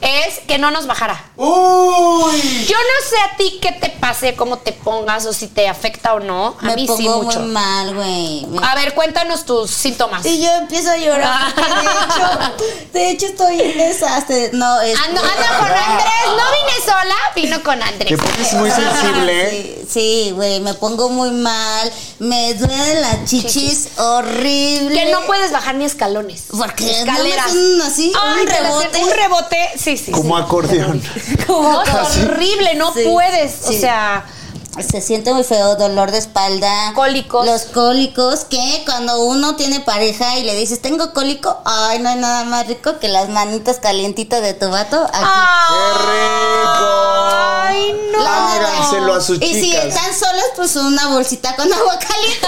Speaker 2: es que no nos bajara.
Speaker 3: Uy.
Speaker 2: Yo no sé a ti qué te pase, cómo te pongas o si te afecta o no. A
Speaker 4: Me
Speaker 2: mí
Speaker 4: pongo
Speaker 2: sí mucho. Ah,
Speaker 4: muy mal, güey. Me-
Speaker 2: A ver, cuéntanos tus síntomas.
Speaker 4: Y yo empiezo a llorar. porque De hecho, de hecho estoy en desastre. No, es.
Speaker 2: Ando, anda ah, con Andrés, no vine sola, vino con
Speaker 3: Te
Speaker 2: Andrés.
Speaker 3: pones muy sensible. ¿eh?
Speaker 4: Ah, Sí, Sí, güey, me pongo muy mal, me duelen las chichis, horrible.
Speaker 2: Que no puedes bajar ni escalones.
Speaker 4: Porque
Speaker 2: Escaleras.
Speaker 4: no me hacen así,
Speaker 2: Ay,
Speaker 4: un
Speaker 2: te la hacen-
Speaker 4: rebote.
Speaker 2: Un rebote, sí, sí.
Speaker 3: Como acordeón.
Speaker 2: No, es horrible, no
Speaker 4: Ah, Sí,
Speaker 2: puedes.
Speaker 4: sí.
Speaker 2: O sea,
Speaker 4: Se siente muy feo, dolor de espalda.
Speaker 2: Cólicos.
Speaker 4: Los cólicos, que cuando uno tiene pareja y le dices, tengo cólico, ay, no hay nada más rico que las manitas calientitas de tu vato. Aquí.
Speaker 3: ¡Qué rico!
Speaker 2: ay, Ah, no.
Speaker 4: La neta.
Speaker 3: Háganselo a sus
Speaker 4: y si
Speaker 3: chicas.
Speaker 4: están solos, pues una bolsita con agua caliente.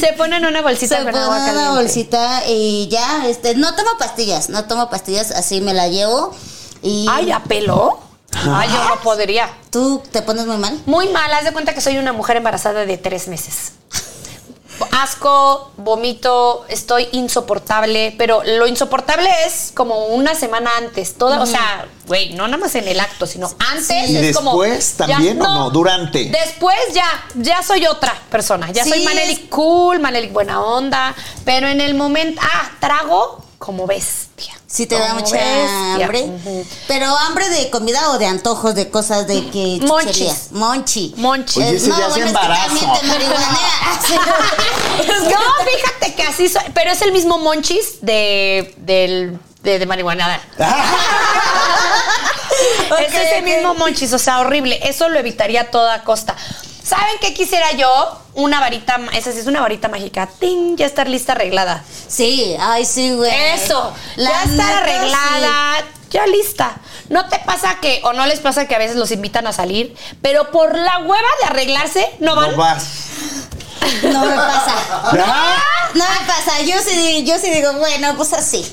Speaker 2: Se ponen una bolsita
Speaker 4: Se
Speaker 2: con
Speaker 4: pone
Speaker 2: agua
Speaker 4: una
Speaker 2: caliente.
Speaker 4: bolsita y ya, este, no tomo pastillas, no tomo pastillas, así me la llevo. Y
Speaker 2: Ay, ¿a pelo? Ay, yo no podría.
Speaker 4: tú te pones muy mal.
Speaker 2: Muy mal, haz de cuenta que soy una mujer embarazada de tres meses. Asco, vomito, estoy insoportable, pero lo insoportable es como una semana antes, toda, o sea, güey, no nada más en el acto, sino antes
Speaker 3: ¿Y
Speaker 2: es como
Speaker 3: después
Speaker 2: ya
Speaker 3: también o no? Durante.
Speaker 2: Después ya, ya soy otra persona, ya soy
Speaker 4: Sí,
Speaker 2: Manelik
Speaker 4: es-
Speaker 2: cool, Manelik buena onda, pero en el momento, ah, trago como bestia.
Speaker 4: Sí te da
Speaker 2: Como
Speaker 4: mucha
Speaker 2: bestia.
Speaker 4: hambre.
Speaker 2: Ujú.
Speaker 4: Pero hambre de comida o de antojos, de cosas de que
Speaker 2: Monchis.
Speaker 4: chuchería. Monchi.
Speaker 2: Mm, Monchis.
Speaker 3: Oye, ese ya se embarazo.
Speaker 4: es que también Ah, te marihuanea.
Speaker 2: No, fíjate que así soy, pero es el mismo monchis de, del, de, de marihuana. es ese mismo monchis, o sea, horrible. Eso lo evitaría a toda costa. ¿Saben qué quisiera yo? Una varita, ma- esa sí es una varita mágica. ¡Ting! Ya estar lista, arreglada.
Speaker 4: Sí, ay, sí, güey.
Speaker 2: Eso,
Speaker 4: Pues, La
Speaker 2: ya estar
Speaker 4: neta,
Speaker 2: arreglada, ya lista. ¿No te pasa que, o no les pasa que a veces los invitan a salir, pero por la hueva de arreglarse, no van?
Speaker 3: No vas.
Speaker 4: sí. No me pasa. No me pasa. Yo sí, yo sí digo, bueno, pues así.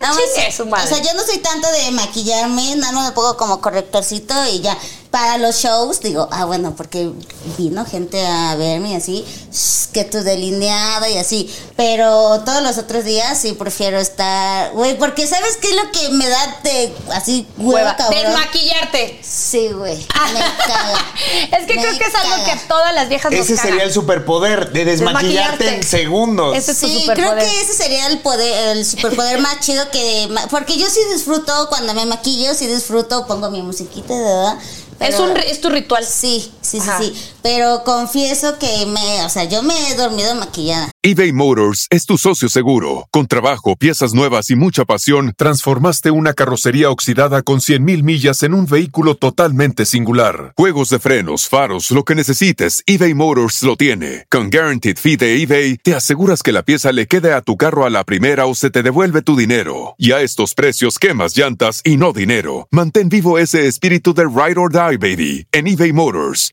Speaker 4: Nada más-
Speaker 2: Chingue su madre.
Speaker 4: O sea, yo no soy tanto de maquillarme, nada más me pongo como correctorcito y ya. Para los shows digo, ah, bueno, porque vino gente a verme y así, shh, que tu delineada y así. Pero todos los otros días sí prefiero estar, güey, porque ¿sabes qué es lo que me da de así hueva,
Speaker 2: Hueva.
Speaker 4: cabrón?
Speaker 2: Desmaquillarte.
Speaker 4: Sí, güey, me caga.
Speaker 2: es que
Speaker 4: Me
Speaker 2: creo que es algo
Speaker 4: caga.
Speaker 2: que a todas las viejas
Speaker 3: Ese
Speaker 2: nos caga.
Speaker 3: sería el superpoder de desmaquillarte,
Speaker 2: Desmaquillarte.
Speaker 3: en segundos.
Speaker 2: Ese Este es tu
Speaker 4: Sí, creo
Speaker 2: superpoder.
Speaker 4: que ese sería el poder, el superpoder más chido que ma- porque yo sí disfruto cuando me maquillo, sí disfruto, pongo mi musiquita, ¿verdad?
Speaker 2: es,
Speaker 4: Pero-
Speaker 2: un, ri- es tu ritual.
Speaker 4: sí, sí, sí,
Speaker 2: Ajá.
Speaker 4: sí, pero confieso que me, o sea, yo me he dormido maquillada.
Speaker 8: eBay Motors es tu socio seguro. Con trabajo, piezas nuevas y mucha pasión, transformaste una carrocería oxidada con 100.000 millas en un vehículo totalmente singular. Juegos de frenos, faros, lo que necesites, eBay Motors lo tiene. Con Guaranteed Fee de eBay, te aseguras que la pieza le quede a tu carro a la primera o se te devuelve tu dinero. Y a estos precios, quemas llantas y no dinero. Mantén vivo ese espíritu de Ride or Die, baby, en eBay Motors.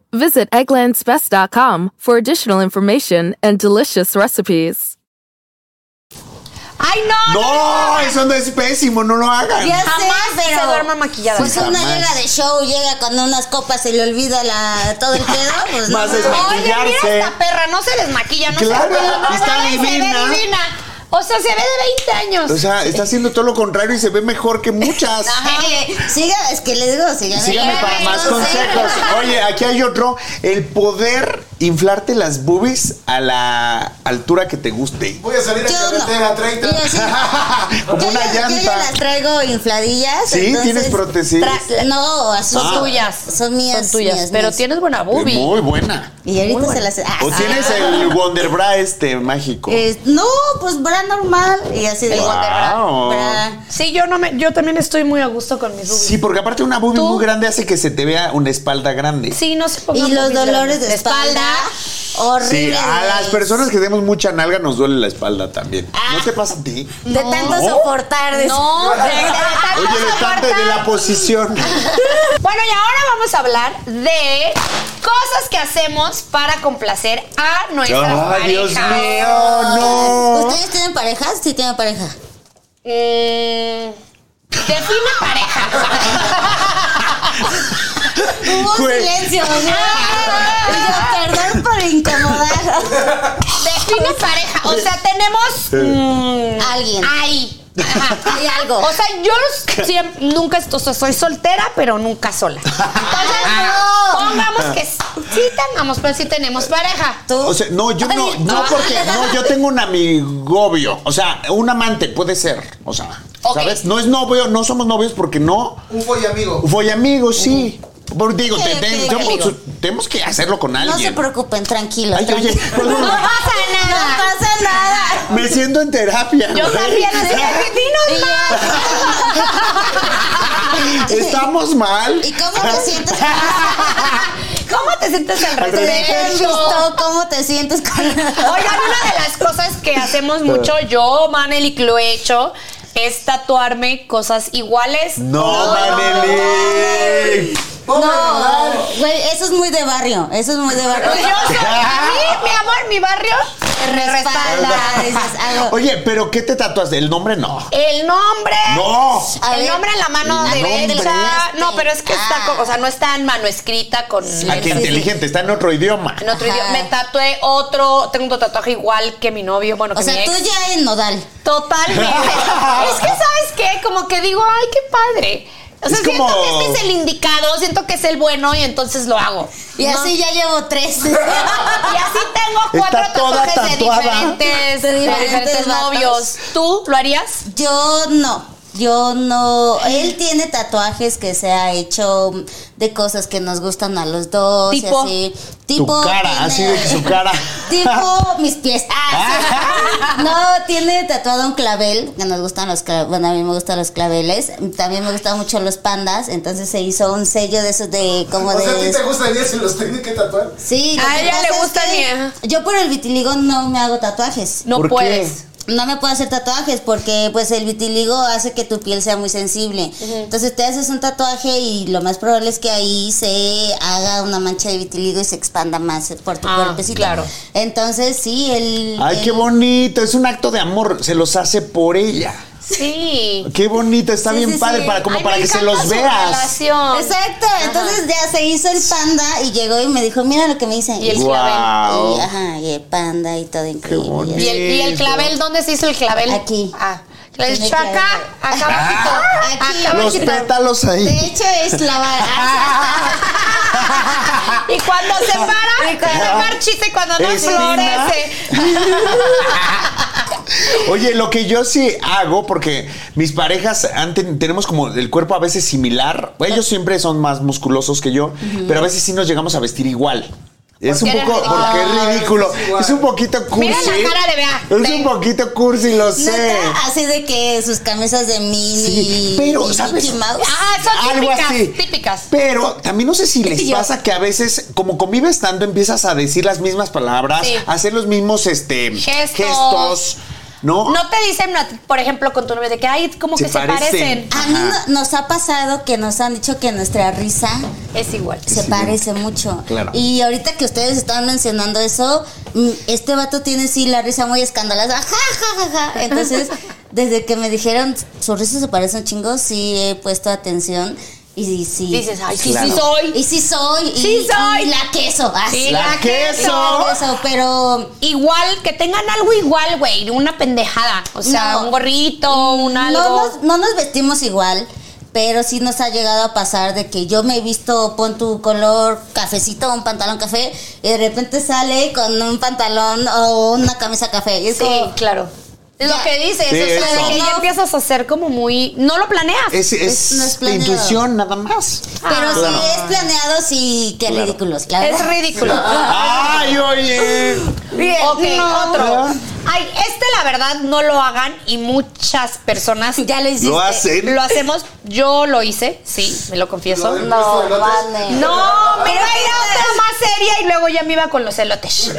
Speaker 9: Visit egglandsbest.com for additional information and delicious recipes.
Speaker 2: ¡Ay, no!
Speaker 3: No, eso no es pésimo, no lo hagan.
Speaker 4: Ya
Speaker 2: Jamás
Speaker 4: sé, pero.
Speaker 2: se duerma maquillada.
Speaker 4: Pues
Speaker 3: Sí,
Speaker 4: uno
Speaker 3: jamás.
Speaker 4: llega de show, llega con unas copas y le olvida la, todo el pedo. Pues no.
Speaker 3: Más desmaquillado.
Speaker 2: Oye, mira
Speaker 3: maquillarse.
Speaker 2: esta perra, no se desmaquilla, no
Speaker 3: Claro,
Speaker 2: se no,
Speaker 3: está
Speaker 2: mames, Se
Speaker 3: divina.
Speaker 2: ve divina. O sea, se ve de 20 años.
Speaker 3: O sea, está haciendo todo lo contrario y se ve mejor que muchas.
Speaker 4: Ajá. Siga, es que les digo, síganme.
Speaker 3: Síganme para más consejos. Oye, aquí hay otro. El poder inflarte las boobies a la altura que te guste.
Speaker 7: Voy a salir a
Speaker 4: Yo no.
Speaker 7: carretera 30.
Speaker 4: Yo sí.
Speaker 3: Como
Speaker 4: Yo
Speaker 3: una
Speaker 4: ya- Yo ya
Speaker 3: llanta.
Speaker 4: las traigo infladillas.
Speaker 3: Sí,
Speaker 4: entonces-
Speaker 3: tienes prótesis.
Speaker 4: Tra- No, así-
Speaker 3: Son
Speaker 5: tuyas.
Speaker 4: Eh,
Speaker 3: ah.
Speaker 4: Son mías.
Speaker 5: Son tuyas,
Speaker 4: mías,
Speaker 5: pero
Speaker 4: mías.
Speaker 5: tienes buena boobie.
Speaker 3: Muy buena.
Speaker 4: Y ahorita se las. ah,
Speaker 3: O
Speaker 4: sí.
Speaker 3: tienes el Wonder Bra este mágico.
Speaker 4: Eh, no, pues bra normal. Y así de.
Speaker 3: Wow.
Speaker 4: bra.
Speaker 2: sí, yo no me, yo también estoy muy a gusto con mis boobies.
Speaker 3: Sí, porque aparte una boobie
Speaker 2: ¿Tú?
Speaker 3: muy grande hace que se te vea una espalda grande.
Speaker 2: Sí, no se pongan
Speaker 4: Y los
Speaker 2: boobies
Speaker 4: dolores
Speaker 2: grandes.
Speaker 4: de espalda.
Speaker 3: Sí,
Speaker 4: Horrible.
Speaker 3: a las personas que tenemos mucha nalga nos duele la espalda también. ¿No te pasa a ti?
Speaker 4: De tanto
Speaker 3: No.
Speaker 4: soportar. de-
Speaker 2: No, de- de tanto
Speaker 3: Oye, de tanto
Speaker 2: soportar.
Speaker 3: de la posición.
Speaker 2: Bueno, y ahora vamos a hablar de cosas que hacemos para complacer a nuestras
Speaker 3: Ay,
Speaker 2: parejas.
Speaker 3: Dios mío, Oh, no.
Speaker 4: ¿Ustedes tienen parejas? Sí, tienen pareja.
Speaker 2: Mm, define pareja.
Speaker 4: Hubo
Speaker 3: Güey.
Speaker 4: silencio, ¿no? Y yo, perdón por incomodar
Speaker 2: define pareja. O sea, tenemos mm,
Speaker 4: a alguien.
Speaker 2: ahí. Ajá.
Speaker 4: Hay algo.
Speaker 2: O sea, yo los siempre, nunca, o sea, soy soltera, pero nunca sola.
Speaker 3: Ah,
Speaker 2: Entonces, pongamos que sí tengamos, pero sí tenemos pareja.
Speaker 4: ¿Tú?
Speaker 3: O sea, no, yo no,
Speaker 4: Ay,
Speaker 3: no,
Speaker 4: ah.
Speaker 3: porque no, yo tengo un amigobio, o sea, un amante puede ser, o sea,
Speaker 2: Ok.
Speaker 3: ¿sabes? No es novio, no somos novios porque no
Speaker 7: Un foy amigo.
Speaker 3: voy amigos, sí. Por- digo, te-
Speaker 4: Ok,
Speaker 3: te-
Speaker 4: ok,
Speaker 3: tenemos-
Speaker 4: amigo.
Speaker 3: tenemos que hacerlo con alguien.
Speaker 4: No se preocupen, tranquilos.
Speaker 3: Ay, oye, no,
Speaker 4: tranquilos. no
Speaker 3: no,
Speaker 4: pasa nada. No pasa nada.
Speaker 3: me siento en terapia.
Speaker 2: Yo
Speaker 3: güey.
Speaker 2: también, así que dinos
Speaker 3: Estamos mal.
Speaker 4: ¿Y cómo te
Speaker 2: más.
Speaker 4: sientes?
Speaker 2: ¿Cómo te sientes al
Speaker 3: Al
Speaker 2: respecto?
Speaker 4: Cristo, ¿Cómo te sientes con
Speaker 2: Oigan, una de las cosas que hacemos mucho, yo, Manel y lo he hecho, es tatuarme cosas iguales.
Speaker 3: No, Maneli.
Speaker 4: No, güey, eso es muy de barrio. Eso es muy de barrio.
Speaker 2: Pues Yo soy, a mí, mi amor, mi barrio
Speaker 4: Te
Speaker 2: me
Speaker 4: respalda,
Speaker 2: respalda.
Speaker 4: dices "Ah, algo.
Speaker 3: Oye, pero ¿qué te tatuaste? El nombre no.
Speaker 2: El nombre.
Speaker 3: No.
Speaker 4: A
Speaker 2: el
Speaker 4: ver,
Speaker 2: nombre en la mano
Speaker 4: la
Speaker 2: derecha.
Speaker 4: nombre.
Speaker 2: No, pero es que está,
Speaker 4: Ah.
Speaker 2: co- o sea, no está en mano escrita con
Speaker 3: Aquí
Speaker 4: sí, sí.
Speaker 3: inteligente, está en otro idioma.
Speaker 2: en otro
Speaker 4: Ajá.
Speaker 2: idioma. Me tatué otro, tengo otro tatuaje igual que mi novio, bueno,
Speaker 4: O
Speaker 2: que mi
Speaker 4: sea,
Speaker 2: ex.
Speaker 4: tú ya en nodal.
Speaker 2: Totalmente. es que, ¿sabes qué? Como que digo, ay, qué padre. O sea,
Speaker 3: Es
Speaker 2: siento
Speaker 3: como-
Speaker 2: que este es el indicado, siento que es el bueno y entonces lo hago.
Speaker 4: Y así ya llevo tres.
Speaker 2: Y así tengo cuatro
Speaker 3: Está toda
Speaker 2: tatuajes de
Speaker 3: tatuada.
Speaker 2: diferentes, de
Speaker 4: De diferentes
Speaker 2: diferentes
Speaker 4: vatos.
Speaker 2: novios. ¿Tú lo harías?
Speaker 4: Yo no. Yo no. Él tiene tatuajes que se ha hecho de cosas que nos gustan a los dos. y
Speaker 2: Tipo.
Speaker 4: así.
Speaker 3: Tu
Speaker 4: Tipo.
Speaker 3: cara,
Speaker 4: tiene-
Speaker 3: así de que su cara.
Speaker 4: Tipo mis pies. Ah, sí. No, tiene tatuado un clavel, que nos gustan los claveles. Bueno, a mí me gustan los claveles. También me gustan mucho los pandas. Entonces se hizo un sello de esos de como
Speaker 7: O
Speaker 4: de.
Speaker 7: sea, ¿a ti te gustaría si los tienen que tatuar?
Speaker 4: Sí, lo
Speaker 2: A
Speaker 4: que
Speaker 2: ella
Speaker 4: pasa
Speaker 2: le
Speaker 4: es
Speaker 2: gusta
Speaker 4: que
Speaker 2: ni- ajá.
Speaker 4: Yo por el vitiligo no me hago tatuajes.
Speaker 2: No
Speaker 3: ¿Por qué?
Speaker 2: puedes.
Speaker 4: No me puedo hacer tatuajes porque pues el vitiligo hace que tu piel sea muy sensible. Entonces te haces un tatuaje y lo más probable es que ahí se haga una mancha de vitiligo y se expanda más por tu
Speaker 2: Ah,
Speaker 4: cuerpecito.
Speaker 2: claro.
Speaker 4: Entonces sí, el...
Speaker 3: Ay,
Speaker 4: el-
Speaker 3: qué bonito, es un acto de amor, se los hace por ella.
Speaker 2: Sí.
Speaker 3: Qué bonito, está
Speaker 4: Sí,
Speaker 3: bien
Speaker 4: sí,
Speaker 3: padre
Speaker 4: sí.
Speaker 3: para como
Speaker 2: Ay,
Speaker 3: para
Speaker 2: me
Speaker 3: que se
Speaker 2: encanta
Speaker 3: los
Speaker 2: su
Speaker 3: veas.
Speaker 2: relación.
Speaker 4: Exacto, entonces ya se hizo el panda y llegó y me dijo, mira lo que me hice.
Speaker 2: Y el
Speaker 3: Guau.
Speaker 4: Y, ajá, y el panda y todo increíble.
Speaker 3: bonito.
Speaker 2: ¿Y el, y el clavel? ¿Dónde se hizo el clavel?
Speaker 4: Aquí.
Speaker 2: Ah. El
Speaker 4: Tiene
Speaker 2: chaca,
Speaker 4: clavel.
Speaker 2: acá abajito.
Speaker 4: Aquí.
Speaker 2: Acá
Speaker 3: Ah, Los
Speaker 2: abajito.
Speaker 3: pétalos
Speaker 4: De
Speaker 3: ahí.
Speaker 4: hecho es la vara.
Speaker 2: Y cuando se para,
Speaker 4: Y cuando-
Speaker 2: se marchita y cuando no
Speaker 3: Espina.
Speaker 2: florece.
Speaker 3: Oye, lo que yo sí hago, porque mis parejas han ten- tenemos como el cuerpo a veces similar. Ellos siempre son más musculosos que yo, pero a veces sí nos llegamos a vestir igual. Es un
Speaker 2: Porque eres
Speaker 3: poco,
Speaker 2: ridículo.
Speaker 3: porque es ridículo.
Speaker 7: es igual.
Speaker 3: Es un poquito cursi.
Speaker 2: Mira la cara de Bea.
Speaker 3: Es
Speaker 2: Ve.
Speaker 3: un poquito cursi, lo sé.
Speaker 4: Neta, así de que sus camisas de mini.
Speaker 3: Sí, pero,
Speaker 4: y
Speaker 3: ¿sabes?
Speaker 4: Mickey Mouse.
Speaker 2: Ah, son
Speaker 3: Algo
Speaker 2: típicas,
Speaker 3: así.
Speaker 2: típicas.
Speaker 3: Pero también no sé si les
Speaker 4: Yo.
Speaker 3: pasa que a veces, como convives tanto, empiezas a decir las mismas palabras,
Speaker 2: Sí.
Speaker 3: a hacer los mismos este,
Speaker 2: Gestos.
Speaker 3: gestos. ¿no?
Speaker 2: No te dicen, a ti, por ejemplo, con tu novio de que, ay, como
Speaker 3: Se
Speaker 2: que se parecen.
Speaker 3: parecen.
Speaker 4: A mí
Speaker 3: Ajá.
Speaker 4: no- nos ha pasado que nos han dicho que nuestra risa
Speaker 2: Es igual.
Speaker 4: se parece mucho.
Speaker 3: Claro.
Speaker 4: Y ahorita que ustedes estaban mencionando eso, mm, este vato tiene sí la risa muy escandalosa. Ja, ja, ja, ja. Entonces, desde que me dijeron su risa se parece un chingo, sí he puesto atención. Y sí, sí.
Speaker 2: Dices, ay, sí,
Speaker 3: Claro.
Speaker 2: sí soy.
Speaker 4: Y sí soy. Y,
Speaker 2: Sí soy.
Speaker 4: y la queso. Ah,
Speaker 2: Sí,
Speaker 3: la queso.
Speaker 4: La queso, pero
Speaker 2: Igual, que tengan algo igual, güey, una pendejada. O sea,
Speaker 4: No.
Speaker 2: un gorrito, un algo.
Speaker 4: No nos, no nos vestimos igual, pero sí nos ha llegado a pasar de que yo me he visto, pon tu color cafecito, un pantalón café, y de repente sale con un pantalón o una camisa café. Y es
Speaker 2: Sí,
Speaker 4: como,
Speaker 2: claro. Es
Speaker 4: Ya.
Speaker 2: lo que dices,
Speaker 3: Sí,
Speaker 2: o sea,
Speaker 3: eso.
Speaker 2: que ya empiezas a ser como muy... No lo planeas.
Speaker 3: Es, es,
Speaker 4: Es- no es
Speaker 3: la
Speaker 4: planeado.
Speaker 3: intuición nada más.
Speaker 4: pero
Speaker 3: Ah, Claro.
Speaker 4: si es planeado, sí, qué
Speaker 3: Claro.
Speaker 4: ridículos, claro.
Speaker 2: Es ridículo.
Speaker 3: ¡Ay, oye!
Speaker 2: Bien, ok,
Speaker 3: no.
Speaker 2: otro. Ay, este la verdad no lo hagan y muchas personas ya lo hiciste.
Speaker 3: hacen.
Speaker 2: Lo hacemos. Yo lo hice, sí, me lo confieso.
Speaker 7: Lo del
Speaker 4: No,
Speaker 7: puesto de elotes.
Speaker 4: vale.
Speaker 2: No, me iba a ir a otra más seria y luego ya me iba con los elotes.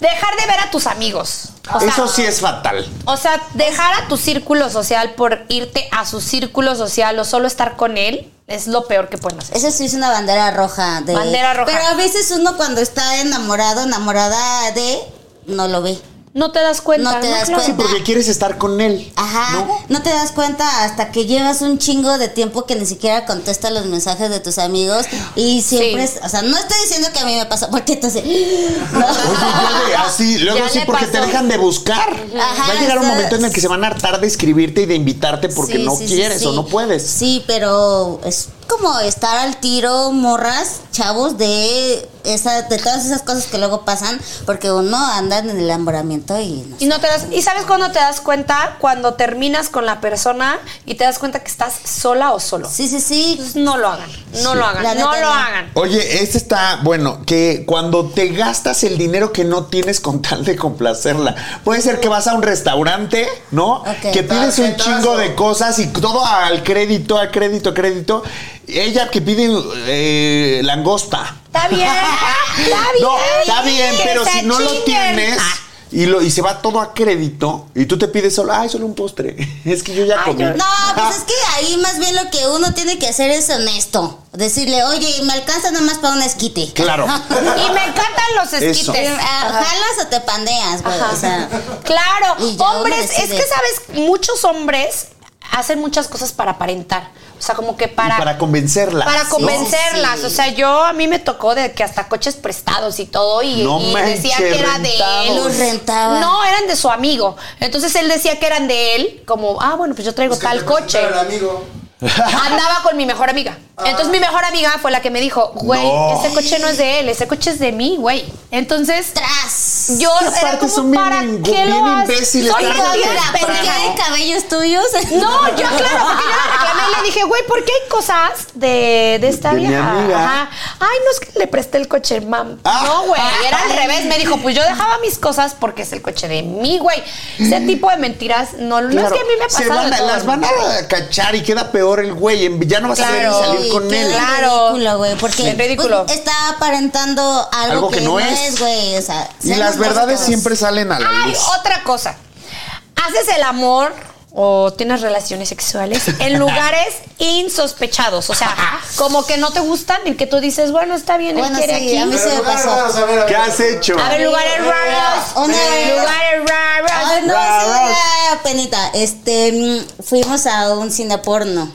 Speaker 2: Dejar de ver a tus amigos. O sea,
Speaker 3: Eso sí es fatal.
Speaker 2: o sea, dejar a tu círculo social por irte a su círculo social o solo estar con él es lo peor que pueden hacer.
Speaker 4: Eso sí es una bandera roja. De,
Speaker 2: Bandera roja.
Speaker 4: Pero a veces uno cuando está enamorado, enamorada de, no lo ve.
Speaker 2: No te das cuenta.
Speaker 4: No te das
Speaker 2: Claro.
Speaker 4: cuenta.
Speaker 3: Sí, porque quieres estar con él.
Speaker 4: Ajá,
Speaker 3: ¿no?
Speaker 4: ¿no? te das cuenta hasta que llevas un chingo de tiempo que ni siquiera contestas los mensajes de tus amigos y siempre,
Speaker 2: Sí.
Speaker 4: es- o sea, no estoy diciendo que a mí me pasó, porque entonces...
Speaker 3: Oye, ya de- así, luego
Speaker 2: Ya
Speaker 3: sí,
Speaker 2: le
Speaker 3: porque te
Speaker 2: pasó.
Speaker 3: dejan de buscar.
Speaker 4: Ajá,
Speaker 3: Va a llegar un
Speaker 4: o sea,
Speaker 3: momento en el que se van a hartar de escribirte y de invitarte porque
Speaker 4: Sí,
Speaker 3: no
Speaker 4: sí, sí,
Speaker 3: quieres
Speaker 4: sí.
Speaker 3: o no puedes.
Speaker 4: Sí, pero es como estar al tiro, morras, chavos, de, esa, de todas esas cosas que luego pasan, porque uno anda en el enamoramiento y... no
Speaker 2: Y no te das, y sabes cuándo te das cuenta cuando terminas con la persona y te das cuenta que estás sola o solo.
Speaker 4: Sí, sí, sí.
Speaker 2: Entonces no lo hagan, no
Speaker 4: Sí.
Speaker 2: lo hagan,
Speaker 4: La
Speaker 2: no
Speaker 4: neta,
Speaker 2: lo
Speaker 4: no.
Speaker 2: hagan.
Speaker 3: Oye, este está bueno, que cuando te gastas el dinero que no tienes con tal de complacerla. Puede ser que vas a un restaurante, ¿no?
Speaker 4: Ok.
Speaker 3: Que pides un
Speaker 7: Tarjetazo.
Speaker 3: chingo de cosas y todo al crédito, a crédito, a crédito. Ella que pide eh, langosta.
Speaker 2: Está bien, está bien.
Speaker 3: No, está bien,
Speaker 2: que
Speaker 3: pero
Speaker 2: se
Speaker 3: si no lo
Speaker 2: chinguen.
Speaker 3: tienes
Speaker 2: Ah,
Speaker 3: y, lo, y se va todo a crédito y tú te pides solo, ay, solo un postre. Es que yo ya comí.
Speaker 4: No, pues es que ahí más bien lo que uno tiene que hacer es honesto. Decirle, oye, me alcanza nada más para un esquite.
Speaker 3: Claro.
Speaker 2: Y me encantan los
Speaker 3: Eso.
Speaker 2: esquites.
Speaker 4: Ah, ¿Jalas o te pandeas, güey? O sea,
Speaker 2: Claro,
Speaker 4: Y ya uno
Speaker 2: hombres, es
Speaker 4: decide.
Speaker 2: que sabes, muchos hombres hacen muchas cosas para aparentar. O sea, como que para.
Speaker 3: Y para convencerla.
Speaker 2: Para
Speaker 3: ¿no?
Speaker 2: convencerlas,
Speaker 4: Sí.
Speaker 2: o sea, yo a mí me tocó de que hasta coches prestados y todo y,
Speaker 3: No
Speaker 2: y
Speaker 3: manches,
Speaker 2: decía que era de él.
Speaker 3: rentados.
Speaker 4: Los rentaba.
Speaker 2: No, eran de su amigo. Entonces él decía que eran de él, como, ah, bueno, pues yo traigo
Speaker 7: Es que
Speaker 2: tal
Speaker 7: te
Speaker 2: coche.
Speaker 7: presentan al amigo.
Speaker 2: Andaba con mi mejor amiga. Entonces mi mejor amiga fue la que me dijo, güey,
Speaker 3: No.
Speaker 2: ese coche no es de él, ese coche es de mí, güey. Entonces
Speaker 4: tras.
Speaker 2: yo
Speaker 3: Es que
Speaker 2: era
Speaker 3: aparte
Speaker 2: como
Speaker 3: son bien
Speaker 2: para
Speaker 3: ingu-
Speaker 2: qué lo
Speaker 3: bien
Speaker 2: haces?"
Speaker 3: imbéciles,
Speaker 2: Soy
Speaker 3: están
Speaker 2: yo,
Speaker 4: Oye,
Speaker 3: bien
Speaker 2: era
Speaker 4: ¿Por qué
Speaker 2: pendeja.
Speaker 4: hay cabellos tuyos?
Speaker 2: No, yo claro, porque yo le reclamé y le dije, güey, ¿por qué hay cosas de, de esta
Speaker 3: De mi
Speaker 2: vieja?
Speaker 3: amiga.
Speaker 2: Ajá. Ay, no es que le presté el coche, mam.
Speaker 3: Ah.
Speaker 2: No, güey, era al revés. Me dijo, pues yo dejaba mis cosas porque es el coche de mí, güey. Ese tipo de mentiras, no, no es
Speaker 3: Mm. Claro.
Speaker 2: que a mí me ha
Speaker 3: Se
Speaker 2: pasado
Speaker 3: van
Speaker 2: de
Speaker 3: a-
Speaker 2: todo.
Speaker 3: las van a cachar y queda peor el güey. en- Ya no vas a
Speaker 2: Claro.
Speaker 3: querer ni salir con
Speaker 4: qué
Speaker 3: él.
Speaker 2: Claro.
Speaker 4: ridículo, güey, porque
Speaker 2: Bien ridículo.
Speaker 4: pues, está aparentando algo,
Speaker 3: Algo que no es.
Speaker 4: güey, o sea,
Speaker 3: Y
Speaker 4: sean
Speaker 3: las verdades
Speaker 4: honestos.
Speaker 3: siempre salen a la
Speaker 2: Ay,
Speaker 3: luz.
Speaker 2: otra cosa. Haces el amor o tienes relaciones sexuales en lugares insospechados. O sea, como que no te gustan y que tú dices, bueno, está bien, él
Speaker 4: Bueno,
Speaker 2: quiere
Speaker 4: sí, a
Speaker 2: aquí.
Speaker 4: mí se me
Speaker 7: lugar,
Speaker 4: pasó.
Speaker 7: vamos a ver, a
Speaker 3: ¿Qué
Speaker 7: ver.
Speaker 3: has hecho?
Speaker 2: A ver, lugares raros.
Speaker 4: Una vez-
Speaker 2: Lugares raros.
Speaker 4: Ay, no,
Speaker 3: Ra,
Speaker 4: sí,
Speaker 3: ra.
Speaker 4: da penita. Este, mm, fuimos a un cine porno.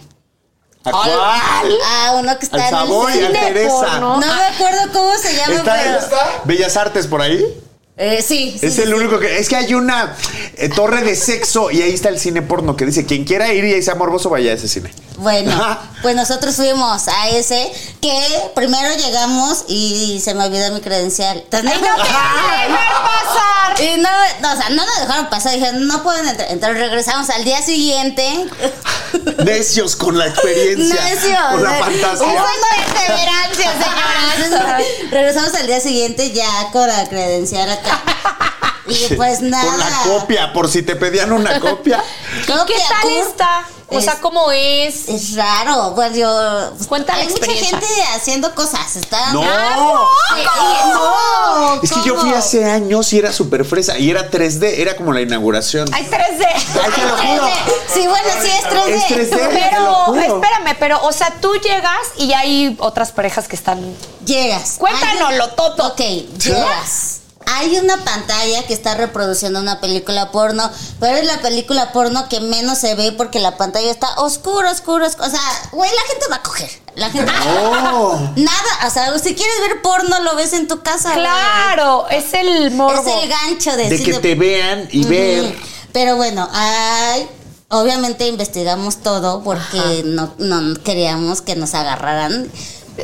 Speaker 3: ¿A cuál?
Speaker 4: A uno que está
Speaker 3: Al
Speaker 4: en el
Speaker 3: sabor y a
Speaker 4: cine.
Speaker 3: Teresa.
Speaker 4: No
Speaker 2: porno.
Speaker 4: me acuerdo cómo se llama,
Speaker 3: ¿Está en
Speaker 4: pero...
Speaker 3: Bellas Artes por ahí?
Speaker 4: Eh, sí, sí,
Speaker 3: es
Speaker 4: sí,
Speaker 3: el
Speaker 4: sí.
Speaker 3: único que. Es que hay una eh, torre de sexo y ahí está el cine porno que dice: quien quiera ir y ahí sea morboso, vaya a ese cine.
Speaker 4: Bueno,
Speaker 3: Ajá.
Speaker 4: pues nosotros fuimos a ese que primero llegamos y se me olvidó mi credencial. Entonces,
Speaker 2: ¡Ay, no te van a dejar pasar!
Speaker 4: Y no, no, o sea, no nos dejaron pasar, dijeron, no pueden entrar. Entonces regresamos al día siguiente.
Speaker 3: Necios con la experiencia.
Speaker 4: Necios.
Speaker 3: Con la fantasía.
Speaker 4: Hubo perseverancia, señoras. regresamos al día siguiente ya con la credencial acá. Y pues nada.
Speaker 3: Con la copia, por si te pedían una copia.
Speaker 4: Creo
Speaker 2: ¿Qué
Speaker 4: que
Speaker 2: tal
Speaker 4: acú-
Speaker 2: está? O sea,
Speaker 4: es-
Speaker 2: ¿cómo es?
Speaker 4: Es raro, bueno, yo.
Speaker 2: Cuenta la
Speaker 4: Hay mucha
Speaker 2: experiencia. Ah,
Speaker 4: gente haciendo cosas, está.
Speaker 3: No.
Speaker 4: Sí, no,
Speaker 3: Es que yo fui
Speaker 4: ¿cómo?
Speaker 3: hace años y era súper fresa. Y era 3D, era como la inauguración.
Speaker 2: Hay 3D.
Speaker 3: Ay, te lo juro.
Speaker 4: 3D. Ah, Sí, bueno, sí es 3D.
Speaker 3: Es 3D. te lo
Speaker 2: Pero,
Speaker 3: juro.
Speaker 2: espérame, pero, o sea, tú llegas y hay otras parejas que están.
Speaker 4: Llegas.
Speaker 2: Cuéntanoslo,
Speaker 4: Ay,
Speaker 2: Toto.
Speaker 4: Ok, llegas. hay una pantalla que está reproduciendo una película porno, pero es la película porno que menos se ve porque la pantalla está oscura, oscura, oscura. O sea, güey, la gente va a coger. La gente.
Speaker 3: Oh.
Speaker 4: Nada, o sea, si quieres ver porno, lo ves en tu casa. güey.
Speaker 2: Claro, es el morbo.
Speaker 4: Es el gancho de,
Speaker 3: De
Speaker 4: sí,
Speaker 3: que
Speaker 4: de-
Speaker 3: te vean y ver.
Speaker 4: Pero bueno, ay, obviamente investigamos todo porque no, no queríamos que nos agarraran.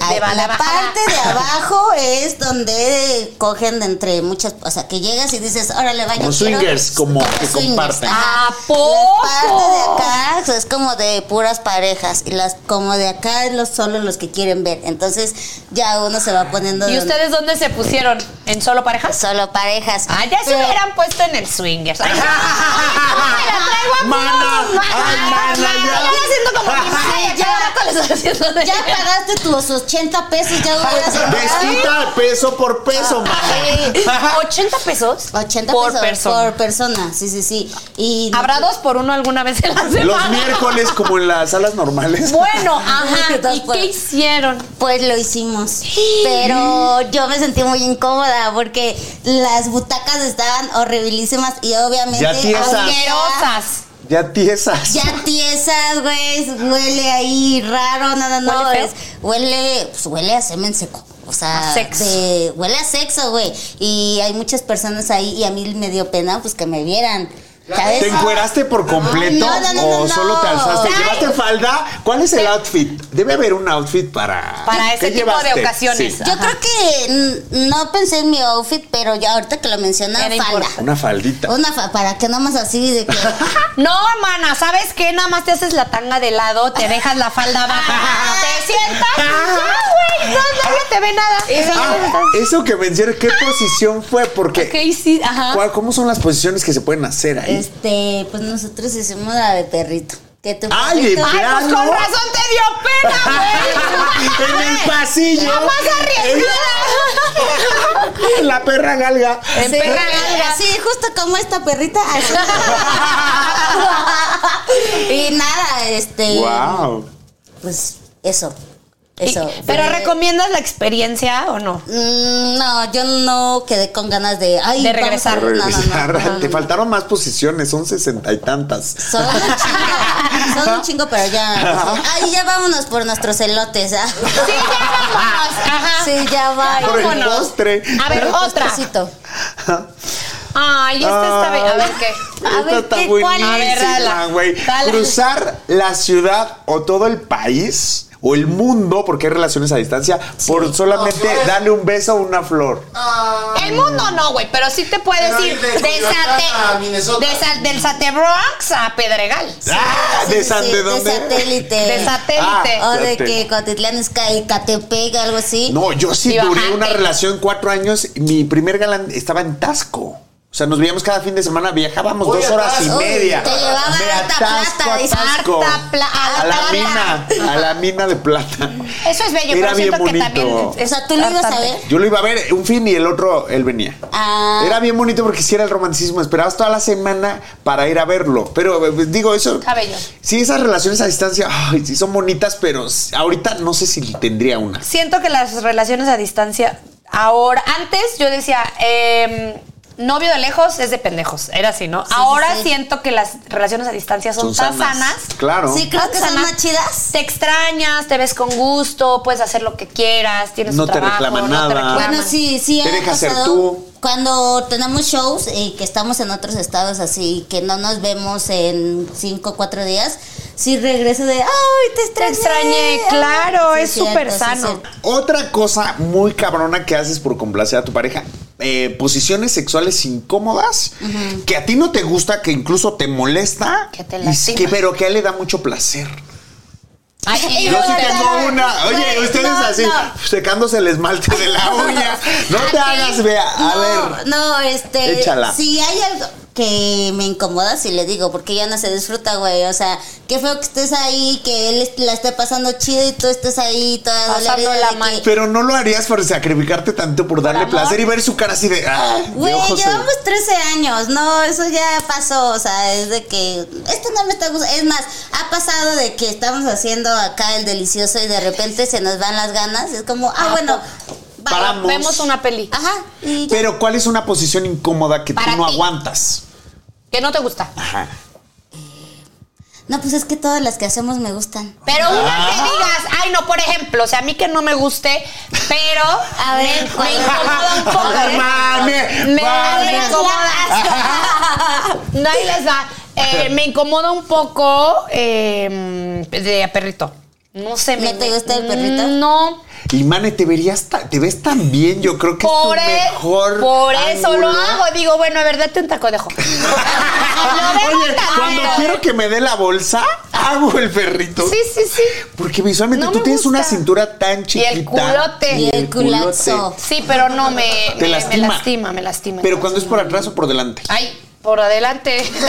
Speaker 4: Ay,
Speaker 2: bala
Speaker 4: la
Speaker 2: bajada.
Speaker 4: parte de abajo es donde cogen de entre muchas, o sea, que llegas y dices, órale, vaya.
Speaker 3: Como
Speaker 4: quiero-
Speaker 3: swingers, como que comparten.
Speaker 4: ajá.
Speaker 2: ¿A poco?
Speaker 4: La parte de acá o sea, es como de puras parejas y las como de acá es los solo los que quieren ver. Entonces ya uno se va poniendo
Speaker 2: ¿Y
Speaker 4: donde-
Speaker 2: ustedes dónde se pusieron? ¿En solo parejas?
Speaker 4: solo parejas.
Speaker 2: Ah, ya se
Speaker 4: Pero-
Speaker 2: hubieran puesto en el swingers. Ay, ¿cómo me la traigo a
Speaker 3: Mana,
Speaker 2: puro?
Speaker 3: ay,
Speaker 2: Ay,
Speaker 3: mana, ya.
Speaker 2: Yo haciendo como mi
Speaker 4: Sí,
Speaker 2: madre.
Speaker 4: ya.
Speaker 2: cada rato les estoy haciendo de-
Speaker 4: Ya pagaste tus 80 pesos, ya hubieras pagado
Speaker 3: Desquita peso por peso,
Speaker 2: Ay,
Speaker 3: mana.
Speaker 2: 80 pesos
Speaker 4: 80
Speaker 2: por
Speaker 4: pesos
Speaker 2: persona.
Speaker 4: por persona, sí, sí, sí. Y
Speaker 2: ¿Habrá dos por uno alguna vez en la semana?
Speaker 3: Los miércoles, como en las salas normales.
Speaker 2: Bueno, ajá.
Speaker 4: Dos
Speaker 2: ¿Y
Speaker 4: por-
Speaker 2: qué hicieron?
Speaker 4: Pues lo hicimos. Pero yo me sentí muy incómoda porque las butacas estaban horribilísimas y obviamente.
Speaker 3: Ya tiesas.
Speaker 4: ahorita-
Speaker 2: Asquerosas.
Speaker 3: Ya tiesas.
Speaker 4: Ya tiesas, güey. Huele ahí raro, no, no, no.
Speaker 2: ¿Huele feo?
Speaker 4: es- huele, pues, huele a semen seco. O sea,
Speaker 2: A sexo.
Speaker 4: de- huele a sexo, güey. Y hay muchas personas ahí y a mí me dio pena, pues, que me vieran. ¿Sabes?
Speaker 3: ¿Te encueraste por completo
Speaker 4: No, no, no,
Speaker 3: o
Speaker 4: no,
Speaker 3: solo te
Speaker 4: no.
Speaker 3: alzaste?
Speaker 4: Ay.
Speaker 3: ¿Llevaste falda? ¿Cuál es el outfit? Debe haber un outfit para...
Speaker 2: Para ese
Speaker 3: ¿Qué
Speaker 2: tipo de
Speaker 3: llevaste?
Speaker 2: ocasiones.
Speaker 3: Sí.
Speaker 4: Yo creo que mm, no pensé en mi outfit, pero ya ahorita que lo mencionas,
Speaker 2: Era
Speaker 4: falda.
Speaker 2: importante.
Speaker 3: Una faldita.
Speaker 4: Una fa- para que nomás así de que.
Speaker 2: No, mana, ¿sabes qué? Nada más te haces la tanga de lado,
Speaker 3: Ah.
Speaker 2: te dejas la falda baja, te sientas. Ya, güey, no, nadie te ve nada.
Speaker 3: Ah, eso que mencioné, ¿qué
Speaker 4: Ah.
Speaker 3: posición fue? Porque...
Speaker 2: ¿Qué hiciste? Ajá.
Speaker 3: ¿cuál- ¿Cómo son las posiciones que se pueden hacer ahí?
Speaker 4: este, pues nosotros hicimos la de perrito. Que tu
Speaker 3: Ay,
Speaker 4: perrito-
Speaker 2: Ay,
Speaker 3: de
Speaker 2: pues
Speaker 3: plano.
Speaker 2: con razón te dio pena, güey.
Speaker 3: en el pasillo.
Speaker 2: La más arriesgada.
Speaker 3: La perra galga.
Speaker 2: En
Speaker 4: Sí,
Speaker 2: perra galga.
Speaker 4: sí, justo como esta perrita. así. y nada, este.
Speaker 3: Wow.
Speaker 4: Pues eso. Eso. Mm,
Speaker 2: Y- Pero
Speaker 4: Fue-
Speaker 2: recomiendas la experiencia o no?
Speaker 4: Mm, no, yo no quedé con ganas de. Ay,
Speaker 2: De
Speaker 4: vamos a-
Speaker 2: regresar.
Speaker 4: no, no, no, no, no.
Speaker 3: Te faltaron más posiciones, son sesenta y tantas.
Speaker 4: Son un chingo, son un chingo, pero ya. Ay, ya vámonos por nuestros elotes. ¿ah?
Speaker 2: Sí, ya vámonos. Ajá.
Speaker 4: Sí, ya
Speaker 3: Por el
Speaker 4: vámonos.
Speaker 3: postre. pues,
Speaker 2: A ver, otra.
Speaker 4: Postrecito.
Speaker 2: Ay, esta está bien. A ver qué.
Speaker 3: Ah, Esta está buenísima,
Speaker 2: A ver, dala.
Speaker 3: güey.
Speaker 2: Dala.
Speaker 3: Cruzar la ciudad o todo el país o el mundo, porque hay relaciones a distancia, por solamente
Speaker 7: Ojo.
Speaker 3: darle un beso a una flor.
Speaker 2: El mundo no, güey, pero sí te puede
Speaker 7: Pero
Speaker 2: ir
Speaker 7: ir de
Speaker 2: de
Speaker 7: Coyoacán
Speaker 2: Sate-
Speaker 7: a Minnesota.
Speaker 2: de Sa- del Sate Bronx a Pedregal.
Speaker 3: Ah,
Speaker 4: Sí,
Speaker 3: de
Speaker 4: sí,
Speaker 3: San
Speaker 4: sí,
Speaker 3: de dónde. Ah,
Speaker 4: De satélite.
Speaker 2: De satélite.
Speaker 4: O de
Speaker 3: Satélite.
Speaker 4: que Cotitlán es ca- Catepec, algo así.
Speaker 3: este. No, yo sí
Speaker 2: Y
Speaker 3: duré
Speaker 2: bajante.
Speaker 3: una relación cuatro años. Mi primer galán estaba en Tasco. O sea, nos veíamos cada fin de semana, viajábamos
Speaker 7: Uy,
Speaker 3: dos horas y
Speaker 7: atasco.
Speaker 4: Uy,
Speaker 3: media.
Speaker 4: te llevaba
Speaker 3: Me
Speaker 4: harta
Speaker 3: atasco,
Speaker 4: plata, dice,
Speaker 3: atasco.
Speaker 2: harta pla-
Speaker 3: A la
Speaker 2: harta
Speaker 3: mina, a la mina de plata.
Speaker 2: Eso es bello,
Speaker 3: Era
Speaker 2: pero siento
Speaker 3: bien
Speaker 2: que
Speaker 3: bonito.
Speaker 2: también.
Speaker 4: O
Speaker 2: es
Speaker 4: sea, tú lo ibas a
Speaker 2: bastante.
Speaker 4: ver.
Speaker 3: Yo lo iba a ver un fin y el otro, él venía.
Speaker 4: Ah.
Speaker 3: Era bien bonito porque si era el romanticismo. Esperabas toda la semana para ir a verlo. Pero eh, digo, eso.
Speaker 2: Cabello.
Speaker 3: Sí, esas relaciones a distancia, ay, sí son bonitas, pero ahorita no sé si tendría una.
Speaker 2: Siento que las relaciones a distancia. Ahora, antes yo decía, em, novio de lejos es de pendejos. Era así, ¿no? ahora
Speaker 4: sí.
Speaker 2: siento que las relaciones a distancia son, tan
Speaker 3: Son
Speaker 2: sanas.
Speaker 3: Claro.
Speaker 4: Sí, creo que son
Speaker 2: Sana.
Speaker 4: más chidas.
Speaker 2: Te extrañas, te ves con gusto, puedes hacer lo que quieras, tienes
Speaker 3: No
Speaker 2: tu
Speaker 3: te
Speaker 2: trabajo,
Speaker 3: reclaman
Speaker 2: no te
Speaker 3: nada.
Speaker 2: reclaman.
Speaker 4: Bueno, sí, sí.
Speaker 3: Te
Speaker 4: ha
Speaker 3: dejas Ah. ser
Speaker 4: pasado
Speaker 3: tú.
Speaker 4: Cuando tenemos shows y que estamos en otros estados así, que no nos vemos en cinco o cuatro días, sí regreso de, ¡ay, te extrañé!
Speaker 2: extrañé,
Speaker 4: Ay,
Speaker 2: claro,
Speaker 4: sí,
Speaker 2: es súper
Speaker 4: cierto, sí,
Speaker 2: sano.
Speaker 4: cierto.
Speaker 3: Otra cosa muy cabrona que haces por complacer a tu pareja. eh, posiciones sexuales incómodas que a ti no te gusta, que incluso te molesta,
Speaker 2: Que te
Speaker 3: y
Speaker 2: lastima.
Speaker 3: que- pero que a él le da mucho placer.
Speaker 2: Ay,
Speaker 3: Yo sí
Speaker 2: no,
Speaker 3: tengo
Speaker 2: no,
Speaker 3: una. Oye,
Speaker 4: güey,
Speaker 3: ustedes
Speaker 4: no,
Speaker 3: así,
Speaker 4: no.
Speaker 3: secándose el esmalte de la uña. No te hagas, vea. A
Speaker 4: no,
Speaker 3: ver.
Speaker 4: No, este.
Speaker 3: Échala.
Speaker 4: Si hay algo que me incomoda, si le digo, porque ya no se disfruta, güey. O sea, qué feo que estés ahí, que él est- la esté pasando chido y tú estés ahí toda
Speaker 2: Pasándola
Speaker 4: dolorida. de
Speaker 2: mal.
Speaker 4: que,
Speaker 3: Pero no lo harías por sacrificarte tanto por darle
Speaker 2: amor.
Speaker 3: placer y ver su cara así de. ah, de
Speaker 4: Güey,
Speaker 3: ojos de-
Speaker 4: llevamos 13 años, no, eso ya pasó, o sea, es de que esto no me está gustando, es más, ha pasado de que estamos haciendo acá el delicioso y de repente se nos van las ganas, es como, ah, bueno,
Speaker 3: paramos.
Speaker 2: Vemos una peli ah,
Speaker 4: Ajá. Y ya.
Speaker 3: Pero ¿cuál es una posición incómoda que tú
Speaker 4: Para
Speaker 3: no
Speaker 4: ti.
Speaker 3: aguantas?
Speaker 2: que no te gusta.
Speaker 3: Ajá.
Speaker 4: No, pues es que todas las que hacemos me gustan.
Speaker 2: Pero
Speaker 3: Ah.
Speaker 2: una que digas, ay, no, por ejemplo, o sea, a mí que no me guste, pero
Speaker 4: A ver,
Speaker 2: me,
Speaker 4: ¿cuál?
Speaker 2: me incomoda un poco. ¿eh?
Speaker 4: Ay,
Speaker 3: mame,
Speaker 2: me,
Speaker 3: mame.
Speaker 2: me incomoda. No, ahí les va. Eh, me incomoda un poco eh, de perrito. No sé. me-
Speaker 4: ¿No te gusta el perrito?
Speaker 2: No.
Speaker 3: Y Mane, te verías, ta- te ves tan bien, yo creo que
Speaker 2: Por,
Speaker 3: es tu
Speaker 2: e-
Speaker 3: mejor.
Speaker 2: por eso
Speaker 3: ángulo.
Speaker 2: lo hago. Digo, bueno, a ver, date un tacodejo. lo veo
Speaker 3: Oye,
Speaker 2: tan
Speaker 3: cuando
Speaker 2: feo.
Speaker 3: quiero que me dé la bolsa, hago el perrito.
Speaker 2: Sí, sí, sí.
Speaker 3: Porque visualmente
Speaker 2: No
Speaker 3: tú
Speaker 2: me
Speaker 3: tienes una
Speaker 2: gusta.
Speaker 3: cintura tan
Speaker 2: Y
Speaker 3: chiquita.
Speaker 2: el culote.
Speaker 4: Y el culazo.
Speaker 2: Sí, pero no me,
Speaker 3: Te
Speaker 2: me- me
Speaker 3: lastima.
Speaker 2: lastima, me lastima.
Speaker 3: Pero cuando es por atrás o por delante.
Speaker 2: Ay, por adelante.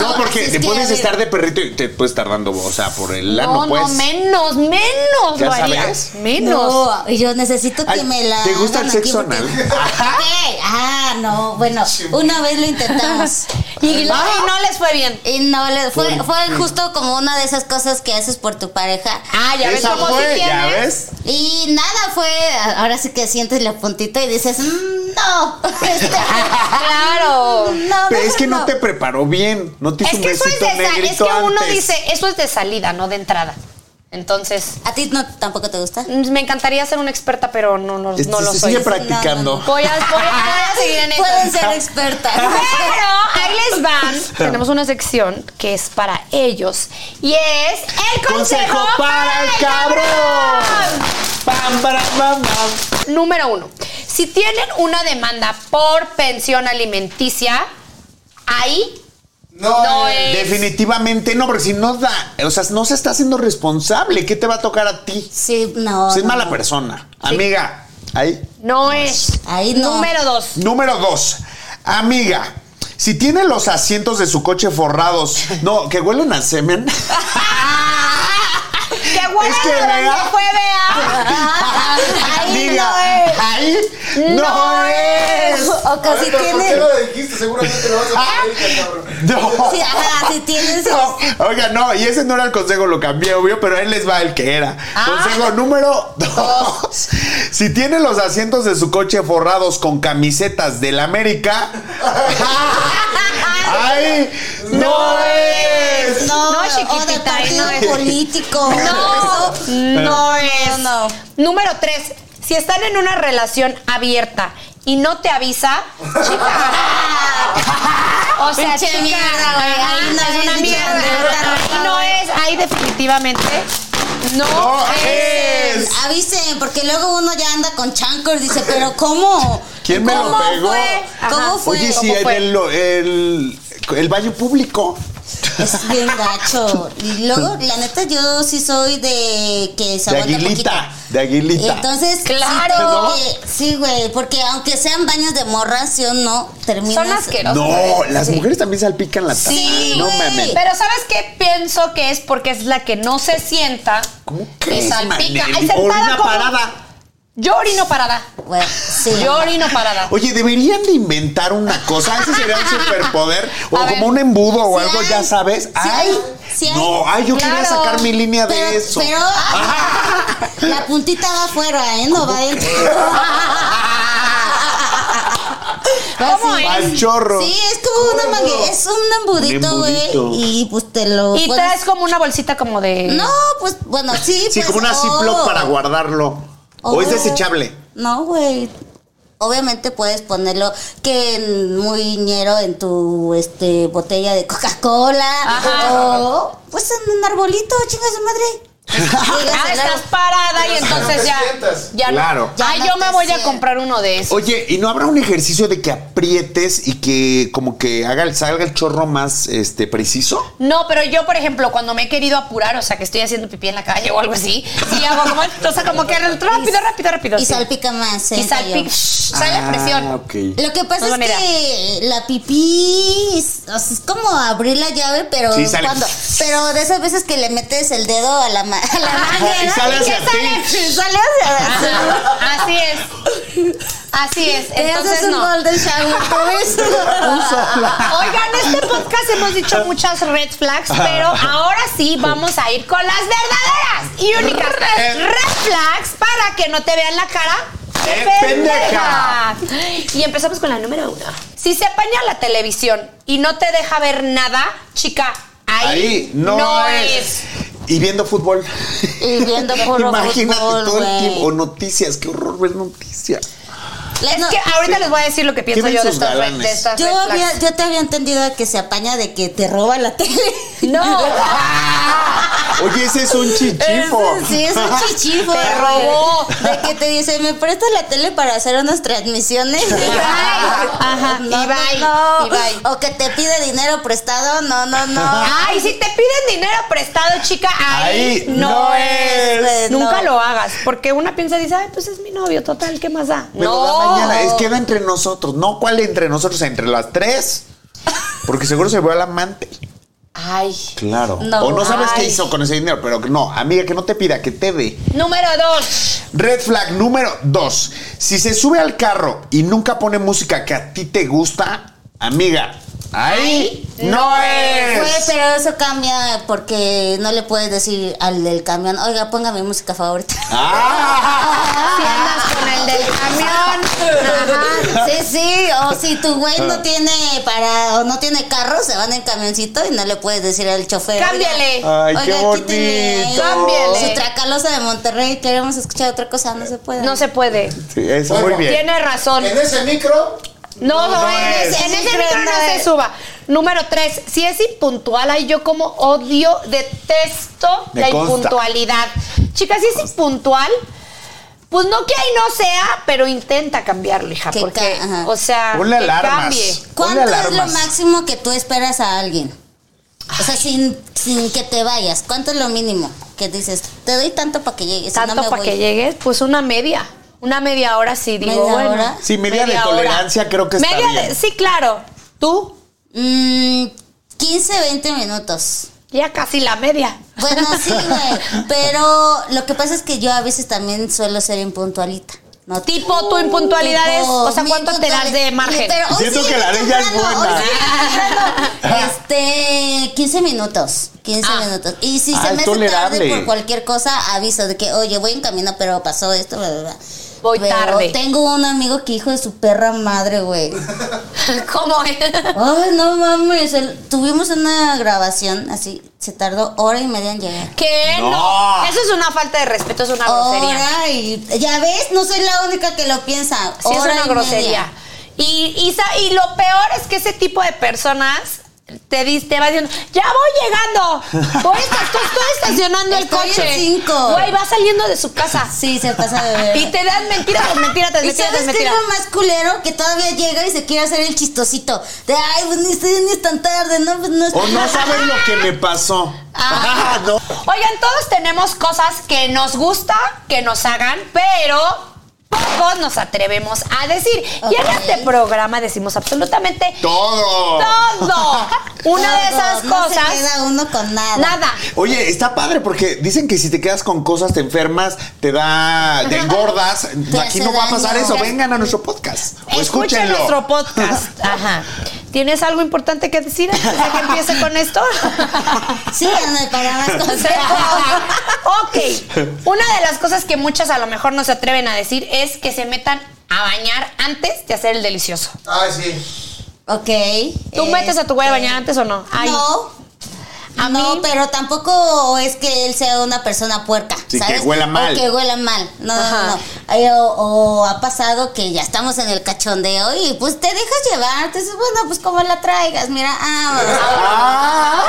Speaker 3: No, porque
Speaker 4: así es
Speaker 3: te
Speaker 4: que,
Speaker 3: puedes
Speaker 4: a ver.
Speaker 3: estar de perrito y te puedes estar dando, o sea, por el
Speaker 2: No,
Speaker 3: ano, pues.
Speaker 2: no, menos, menos
Speaker 3: ¿Ya
Speaker 2: lo haría.
Speaker 3: sabes?
Speaker 2: Menos.
Speaker 4: No, yo necesito que
Speaker 3: Ay,
Speaker 4: me la.
Speaker 3: ¿Te gusta el
Speaker 4: hagan aquí
Speaker 3: sexo
Speaker 4: porque-
Speaker 3: anal?
Speaker 4: Ok. Ah, no. Bueno, una vez lo intentamos.
Speaker 2: Y,
Speaker 3: Ah.
Speaker 2: lo- y no les fue bien.
Speaker 4: Y no, le- fue, fue justo como una de esas cosas que haces por tu pareja.
Speaker 2: Ah, ya ves
Speaker 3: Esa
Speaker 2: cómo
Speaker 3: fue,
Speaker 2: si
Speaker 3: ya
Speaker 2: quieres.
Speaker 3: ves.
Speaker 4: Y nada, fue. Ahora sí que sientes la puntita y dices, "Mm, no.
Speaker 2: Claro.
Speaker 4: No,
Speaker 3: Pero es
Speaker 4: mejor
Speaker 3: que no te preparó bien, no te hizo
Speaker 2: Es
Speaker 3: un
Speaker 2: que eso es
Speaker 3: besito
Speaker 2: de sa-
Speaker 3: negrito
Speaker 2: es que uno
Speaker 3: antes.
Speaker 2: dice, eso es de salida, no de entrada. Entonces,
Speaker 4: ¿A ti no, tampoco te gusta?
Speaker 2: mm, me encantaría ser una experta, pero no, no,
Speaker 3: Este,
Speaker 2: no lo
Speaker 3: se
Speaker 2: soy.
Speaker 3: sigue practicando.
Speaker 2: Voy a, voy a- voy a seguir en eso.
Speaker 4: Pueden ser expertas.
Speaker 2: Pero ahí les van. Tenemos una sección que es para ellos y es el consejo,
Speaker 3: Consejo para el cabrón. Pam, para, pam, pam.
Speaker 2: Número uno. Si tienen una demanda por pensión alimenticia, ahí
Speaker 7: No,
Speaker 2: No
Speaker 7: eh,
Speaker 2: es.
Speaker 3: Definitivamente no, porque si no da, o sea, no se está haciendo responsable, ¿qué te va a tocar a ti?
Speaker 4: Sí, no.
Speaker 3: Si es
Speaker 4: no,
Speaker 3: mala
Speaker 4: no.
Speaker 3: persona. Amiga, ahí.
Speaker 2: no es.
Speaker 4: Ahí no.
Speaker 2: Número dos.
Speaker 3: Número dos, amiga. Si tiene los asientos de su coche forrados, no, que huelen a semen.
Speaker 2: ¡Qué buena
Speaker 3: Es que
Speaker 2: de
Speaker 3: vea.
Speaker 2: dónde fue, vea!
Speaker 3: Amiga, ahí no, es.
Speaker 4: O casi
Speaker 7: ahorita, ¿Por qué
Speaker 4: tienen.
Speaker 7: lo dijiste? Seguramente lo vas a poner,
Speaker 3: Ah.
Speaker 7: cabrón.
Speaker 3: No.
Speaker 4: Sí, ajá, si tienes.
Speaker 3: No, Oiga, no, y ese no era el consejo, lo cambié, obvio, pero él les va el que era. Consejo número Ah. dos. Si tiene los asientos de su coche forrados con camisetas del América, ¡ay! ¡No es!
Speaker 4: No,
Speaker 2: No,
Speaker 4: o de
Speaker 2: chiquitita, ahí no
Speaker 4: partido
Speaker 2: es.
Speaker 4: político.
Speaker 2: No,
Speaker 4: Eso,
Speaker 2: no es.
Speaker 4: No, no.
Speaker 2: Número tres. Si están en una relación abierta y no te avisa, chica. O sea,
Speaker 4: Pinche
Speaker 2: chica,
Speaker 4: mierda, güey.
Speaker 2: ajá,
Speaker 4: Ahí no
Speaker 2: es una
Speaker 4: es,
Speaker 2: mierda.
Speaker 4: mierda,
Speaker 2: Ahí no es, ahí definitivamente no,
Speaker 3: No
Speaker 2: es.
Speaker 3: es.
Speaker 4: Avisen, porque luego uno ya anda con chancor y dice, pero ¿cómo?
Speaker 3: ¿Quién me lo
Speaker 4: ¿Cómo
Speaker 3: pegó?
Speaker 4: Fue?
Speaker 2: Ajá.
Speaker 4: ¿Cómo fue?
Speaker 3: Oye, sí,
Speaker 2: ¿Cómo
Speaker 3: en
Speaker 2: fue?
Speaker 3: el, el- el baño público.
Speaker 4: Es bien gacho. Y luego, la neta, yo sí soy de que se
Speaker 3: De
Speaker 4: aguanta poquito.
Speaker 3: aguilita, de aguilita.
Speaker 4: Entonces, sí
Speaker 2: Claro.
Speaker 4: tengo que- Sí, güey, porque aunque sean baños de morra, sí o no, terminas...
Speaker 2: Son asquerosas.
Speaker 3: No, las mujeres también salpican la taza.
Speaker 4: Sí,
Speaker 3: no
Speaker 4: güey.
Speaker 3: mames.
Speaker 2: Pero ¿sabes qué pienso que es? Porque es la que no se sienta
Speaker 3: ¿Cómo
Speaker 2: y
Speaker 3: crees,
Speaker 2: salpica.
Speaker 3: Maneli?
Speaker 2: Ay, sentada
Speaker 3: Orina
Speaker 2: como-
Speaker 3: parada.
Speaker 2: Yo orino parada.
Speaker 4: Güey, sí.
Speaker 2: Yo orino parada.
Speaker 3: Oye, deberían de inventar una cosa. Ese sería un superpoder. O
Speaker 2: A ver.
Speaker 3: como un embudo o
Speaker 4: Sí
Speaker 3: algo,
Speaker 4: hay.
Speaker 3: ya sabes.
Speaker 4: Sí
Speaker 3: ay,
Speaker 4: hay. Sí hay.
Speaker 3: no, ay, yo quería
Speaker 2: Claro.
Speaker 3: sacar mi línea de
Speaker 4: Pero,
Speaker 3: eso.
Speaker 4: pero la puntita va afuera, ¿eh? No va adentro.
Speaker 2: ¿Cómo
Speaker 4: Así.
Speaker 2: es?
Speaker 3: Al chorro.
Speaker 4: Sí, es como una mangue- es un embudito,
Speaker 3: Un
Speaker 4: güey.
Speaker 3: embudito.
Speaker 4: Y pues te lo.
Speaker 2: Y
Speaker 4: pones-
Speaker 2: traes como una bolsita como de.
Speaker 4: No, pues bueno, sí.
Speaker 3: Sí,
Speaker 4: pues, Oh.
Speaker 3: como una
Speaker 4: o-
Speaker 3: Ziploc para guardarlo. O es
Speaker 4: o-
Speaker 3: desechable.
Speaker 4: No, güey. Obviamente puedes ponerlo que en- muy ñero en tu este botella de
Speaker 2: Ajá.
Speaker 4: Coca-Cola o pues en un arbolito, chinga su madre. Llegas
Speaker 2: Ah,
Speaker 4: al
Speaker 2: estás
Speaker 4: árbol.
Speaker 2: parada y
Speaker 7: Pero si no
Speaker 2: entonces
Speaker 7: te
Speaker 2: ya.
Speaker 7: sientas.
Speaker 2: ya no.
Speaker 3: Claro.
Speaker 4: Ya
Speaker 2: Ay,
Speaker 4: no
Speaker 2: yo
Speaker 4: te
Speaker 2: me voy a
Speaker 4: sientas.
Speaker 2: comprar uno de esos.
Speaker 3: Oye, ¿y no habrá un ejercicio de que aprietes y que como que haga el, salga el chorro más este preciso?
Speaker 2: No, pero yo, por ejemplo, cuando me he querido apurar, o sea, que estoy haciendo pipí en la calle o algo así, sí hago como, o sea, como que rápido, rápido, rápido.
Speaker 4: Y
Speaker 2: sí.
Speaker 4: salpica más.
Speaker 2: Y
Speaker 4: siento yo.
Speaker 2: salpica. shh, Sale
Speaker 3: Ah,
Speaker 2: presión.
Speaker 3: ok.
Speaker 4: Lo que pasa
Speaker 2: Muy
Speaker 4: es
Speaker 2: buena
Speaker 4: que la pipí es, o sea, es como abrir la llave, pero
Speaker 3: Sí, sale.
Speaker 4: cuando, pero de esas veces que le metes el dedo a la ma- a la
Speaker 3: y
Speaker 4: manguera
Speaker 3: sale
Speaker 4: y que
Speaker 3: hacia
Speaker 4: sale,
Speaker 3: ti.
Speaker 4: sale hacia
Speaker 2: Ajá, Así es. Así es.
Speaker 4: Te
Speaker 2: Entonces
Speaker 4: haces un
Speaker 2: no.
Speaker 4: golden shower por eso.
Speaker 2: Oigan, este podcast hemos dicho muchas red flags, pero
Speaker 3: Ah.
Speaker 2: ahora sí vamos a ir con las verdaderas y únicas red flags para que no te vean la cara
Speaker 3: ¡Eh, pendeja!
Speaker 2: Y empezamos con la número uno. Si se apaña la televisión y no te deja ver nada, chica, ahí,
Speaker 3: Ahí no, es. Y viendo fútbol.
Speaker 4: Y viendo puro
Speaker 3: Imagínate
Speaker 4: fútbol,
Speaker 3: todo el
Speaker 4: güey.
Speaker 3: tiempo. O noticias, qué horror ver noticias.
Speaker 4: Le- no,
Speaker 2: Es que ahorita les voy a decir lo que pienso
Speaker 3: ven
Speaker 2: yo de
Speaker 3: sus
Speaker 2: estas, red,
Speaker 3: galanes?
Speaker 2: de estas
Speaker 4: yo,
Speaker 2: red flags.
Speaker 4: había- yo te había entendido que se apaña de que te roba la tele.
Speaker 2: No.
Speaker 3: Oye, ese es un chichifo.
Speaker 4: Eso Sí, es un chichifo.
Speaker 2: Te robó.
Speaker 4: De que te dice, me prestas la tele para hacer unas transmisiones. Ajá.
Speaker 2: y bye, y bye.
Speaker 4: O que te pide dinero prestado. No, no, no.
Speaker 2: Ay, si te piden dinero prestado, chica, ahí,
Speaker 3: Ahí
Speaker 2: no,
Speaker 3: no
Speaker 2: es.
Speaker 4: es.
Speaker 2: Nunca
Speaker 4: No.
Speaker 2: lo hagas, porque una piensa y dice, ay, pues es mi novio, total, ¿qué más da?
Speaker 3: Pero
Speaker 2: no.
Speaker 3: da mañana, es queda entre nosotros. No, ¿cuál entre nosotros? Entre las tres. Porque seguro se vio al amante.
Speaker 2: Ay.
Speaker 3: Claro.
Speaker 4: No,
Speaker 3: o no sabes
Speaker 2: ay.
Speaker 3: qué hizo con ese dinero, pero no, amiga, que no te pida, que te dé.
Speaker 2: Número dos.
Speaker 3: Red flag número dos. Si se sube al carro y nunca pone música que a ti te gusta, amiga, ahí no,
Speaker 4: Güey,
Speaker 3: es.
Speaker 4: pero eso cambia porque no le puedes decir al del camión, oiga, ponga mi música favorita.
Speaker 3: Ah.
Speaker 4: Si andas con el del camión. Ajá. Sí, sí. O si tu güey
Speaker 3: Ah.
Speaker 4: no tiene para o no tiene carro, se van en camioncito y no le puedes decir al chofer. "Oiga,
Speaker 2: Cámbiale.
Speaker 3: Ay, qué
Speaker 4: quítele
Speaker 3: bonito.
Speaker 2: Cámbiale.
Speaker 4: Su tracalosa de Monterrey, queremos escuchar otra cosa, no se puede.
Speaker 2: No se puede.
Speaker 3: Sí, eso, muy bien.
Speaker 2: Tiene razón.
Speaker 7: En ese micro,
Speaker 2: No, no,
Speaker 3: no
Speaker 2: en
Speaker 3: es.
Speaker 2: ese, en
Speaker 4: Sí,
Speaker 2: ese
Speaker 4: creo
Speaker 2: micro
Speaker 4: no
Speaker 2: no se
Speaker 4: es.
Speaker 2: suba. Número tres, si es impuntual, ahí yo como odio, detesto
Speaker 3: Me
Speaker 2: la
Speaker 3: consta.
Speaker 2: impuntualidad. Chicas, si es impuntual, pues no que ahí no sea, pero intenta cambiarlo, hija,
Speaker 4: Que
Speaker 2: porque,
Speaker 4: ca- ajá.
Speaker 2: o sea,
Speaker 3: Ponle
Speaker 2: que
Speaker 3: alarmas.
Speaker 2: cambie.
Speaker 4: ¿Cuánto
Speaker 3: Ponle
Speaker 4: es lo
Speaker 3: alarmas.
Speaker 4: máximo que tú esperas a alguien? O sea, sin, sin que te vayas, ¿cuánto es lo mínimo? Que dices, te doy tanto para que llegues. si no
Speaker 2: Tanto
Speaker 4: me
Speaker 2: para
Speaker 4: voy".
Speaker 2: que llegues, pues una media. Una media hora sí, digo,
Speaker 4: ¿Media
Speaker 2: bueno.
Speaker 4: hora?
Speaker 3: Sí, media de
Speaker 2: hora.
Speaker 3: tolerancia creo que está
Speaker 2: Media de-
Speaker 3: bien.
Speaker 2: sí, claro. Tú,
Speaker 4: Mm, 15, 20 minutos.
Speaker 2: ya casi la media.
Speaker 4: Bueno, sí, güey. Pero lo que pasa es que yo a veces también suelo ser impuntualita. ¿no?
Speaker 2: Tipo, tu impuntualidad es, o sea,
Speaker 4: mi
Speaker 2: ¿cuánto te das de
Speaker 4: impuntualidad-
Speaker 2: margen?
Speaker 4: Pero hoy
Speaker 3: Siento
Speaker 4: sí
Speaker 3: que la de ella es
Speaker 4: temprano,
Speaker 3: buena.
Speaker 4: hoy sí temprano. Este, 15 minutos. 15
Speaker 2: Ah.
Speaker 4: minutos. Y si
Speaker 3: Ah,
Speaker 4: se
Speaker 3: es
Speaker 4: me hace
Speaker 3: tolerable.
Speaker 4: tarde por cualquier cosa, aviso de que, oye, voy en camino, pero pasó esto, bla, bla, bla.
Speaker 2: Voy
Speaker 4: Pero
Speaker 2: tarde.
Speaker 4: Tengo un amigo que hijo de su perra madre, güey.
Speaker 2: ¿Cómo es?
Speaker 4: Ay, no mames. el- tuvimos una grabación así, se tardó hora y media en llegar.
Speaker 2: ¿Qué? No.
Speaker 3: No.
Speaker 2: Eso es una falta de respeto, es una grosería.
Speaker 4: Hora y. Ya ves, no soy la única que lo piensa.
Speaker 2: Sí, es
Speaker 4: Hora
Speaker 2: una
Speaker 4: y
Speaker 2: grosería.
Speaker 4: media.
Speaker 2: Y, y, sa- y lo peor es que ese tipo de personas te, dis- te va diciendo, ya voy llegando, voy esta- estoy, estoy estacionando el
Speaker 4: Estoy en
Speaker 2: coche.
Speaker 4: cinco.
Speaker 2: Güey, va saliendo de su casa.
Speaker 4: Sí, se pasa de
Speaker 2: Y
Speaker 4: ver.
Speaker 2: te dan mentira tras mentira tras
Speaker 4: ¿Y
Speaker 2: mentira tras
Speaker 4: sabes qué es
Speaker 2: mentira.
Speaker 4: lo más culero? Que todavía llega y se quiere hacer el chistosito. De, ay, pues ni estoy ni es tan tarde, no, pues no es
Speaker 3: O no sabes lo que me pasó.
Speaker 4: Ah.
Speaker 3: no.
Speaker 2: Oigan, todos tenemos cosas que nos gusta que nos hagan, pero pocos nos atrevemos a decir. Y en
Speaker 4: Ok.
Speaker 2: este programa decimos absolutamente
Speaker 3: Todo.
Speaker 2: todo. Una de esas
Speaker 4: No se
Speaker 2: cosas.
Speaker 4: queda uno con nada.
Speaker 2: Nada.
Speaker 3: Oye, está padre porque dicen que si te quedas con cosas te enfermas, te da, te engordas. Aquí
Speaker 4: hace
Speaker 3: no va a pasar
Speaker 4: daño.
Speaker 3: eso. Vengan a nuestro podcast.
Speaker 2: Escuchen
Speaker 3: O escúchenlo.
Speaker 2: nuestro podcast. Ajá. ¿Tienes algo importante que decir antes de que empiece con esto?
Speaker 4: Sí, Ana, para más
Speaker 2: O
Speaker 4: consejos.
Speaker 2: sea, ok. Una de las cosas que muchas a lo mejor no se atreven a decir es que se metan a bañar antes de hacer el delicioso.
Speaker 7: ay, sí.
Speaker 4: ok.
Speaker 2: ¿Tú
Speaker 4: eh,
Speaker 2: metes a tu güey a bañar antes o no? Ay,
Speaker 4: No.
Speaker 2: A
Speaker 4: no,
Speaker 2: mí-
Speaker 4: pero tampoco es que él sea una persona puerca.
Speaker 3: Sí, que
Speaker 4: ¿sabes?
Speaker 3: huela mal.
Speaker 4: O que huela mal. No, no,
Speaker 2: Ajá.
Speaker 4: no. Ay, O, o ha pasado que ya estamos en el cachondeo y pues te dejas llevar. Entonces, bueno, pues como la traigas, mira. Ah,
Speaker 3: Ah.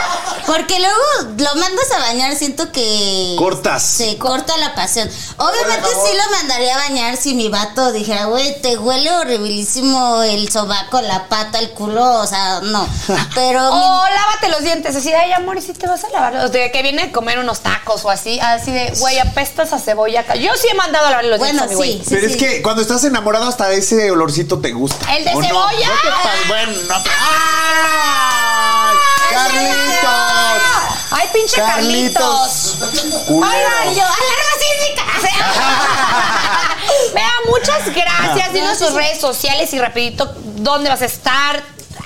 Speaker 4: porque luego lo mandas a bañar, siento que.
Speaker 3: Cortas.
Speaker 4: Se corta la pasión. Obviamente sí lo mandaría a bañar si mi vato dijera, güey, te huele horribilísimo el sobaco, la pata, el culo, o sea, no. Pero mi-
Speaker 2: O lávate los dientes, así de, ay, amor, ¿y si te vas a lavar? los de que viene a comer unos tacos o así, así de, güey, apestas a cebolla. ca-". Yo sí he mandado a lavar los
Speaker 4: bueno,
Speaker 2: dientes a mi güey.
Speaker 4: sí, sí,
Speaker 3: Pero es
Speaker 4: sí.
Speaker 3: que cuando estás enamorado hasta ese olorcito te gusta.
Speaker 2: ¡El de
Speaker 3: ¿o no?
Speaker 2: cebolla! Ah.
Speaker 3: No te pas- bueno, no te- ¡Ay! ¡Carlitos!
Speaker 2: ¡Ay, pinche Carlitos!
Speaker 3: Culero.
Speaker 2: Oigan, yo, alarma sísmica. O sea, Vea, muchas gracias. Dinos sus redes sociales y rapidito dónde vas a estar.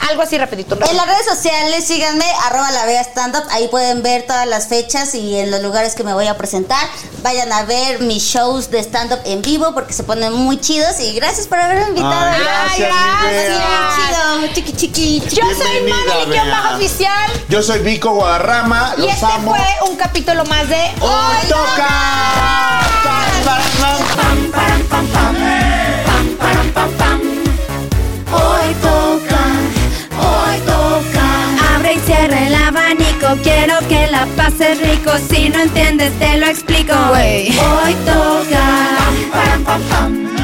Speaker 2: algo así rapidito.
Speaker 4: En
Speaker 2: rapidito.
Speaker 4: las redes sociales, síganme, arroba la Bea Stand Up. Ahí pueden ver todas las fechas y en los lugares que me voy a presentar. Vayan a ver mis shows de stand-up en vivo porque se ponen muy chidos. Y gracias por haberme invitado.
Speaker 3: Ay, gracias, mi Bea.
Speaker 4: Ay, chido. Chiqui, chiqui, chiqui.
Speaker 2: Yo soy
Speaker 3: Bienvenida,
Speaker 2: Madeline
Speaker 3: Bea.
Speaker 2: Bajo Oficial
Speaker 3: Yo soy Vico Guadarrama,
Speaker 2: y
Speaker 3: los
Speaker 2: este
Speaker 3: amo.
Speaker 2: fue un capítulo más de
Speaker 3: ¡Hoy
Speaker 2: Hoy
Speaker 3: toca! Pam, pam, pam,
Speaker 6: Hoy toca, hoy toca. Abre y cierra el abanico, quiero que la pases rico. Si no entiendes, te lo explico. Hoy toca. Hoy toca, hoy toca.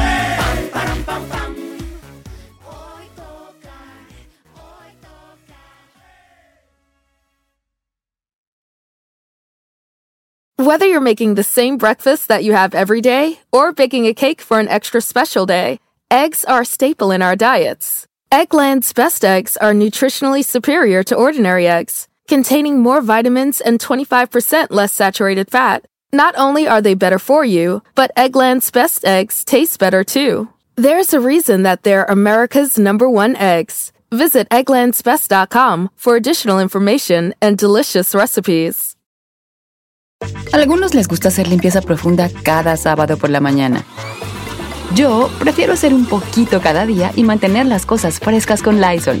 Speaker 9: Whether you're making the same breakfast that you have every day or baking a cake for an extra special day, eggs are a staple in our diets. Eggland's best eggs are nutritionally superior to ordinary eggs, containing more vitamins and 25% less saturated fat. Not only are they better for you, but Eggland's best eggs taste better too. There's a reason that they're America's number one eggs. Visit egglandsbest.com for additional information and delicious recipes.
Speaker 10: Algunos les gusta hacer limpieza profunda cada sábado por la mañana. Yo prefiero hacer un poquito cada día y mantener las cosas frescas con Lysol.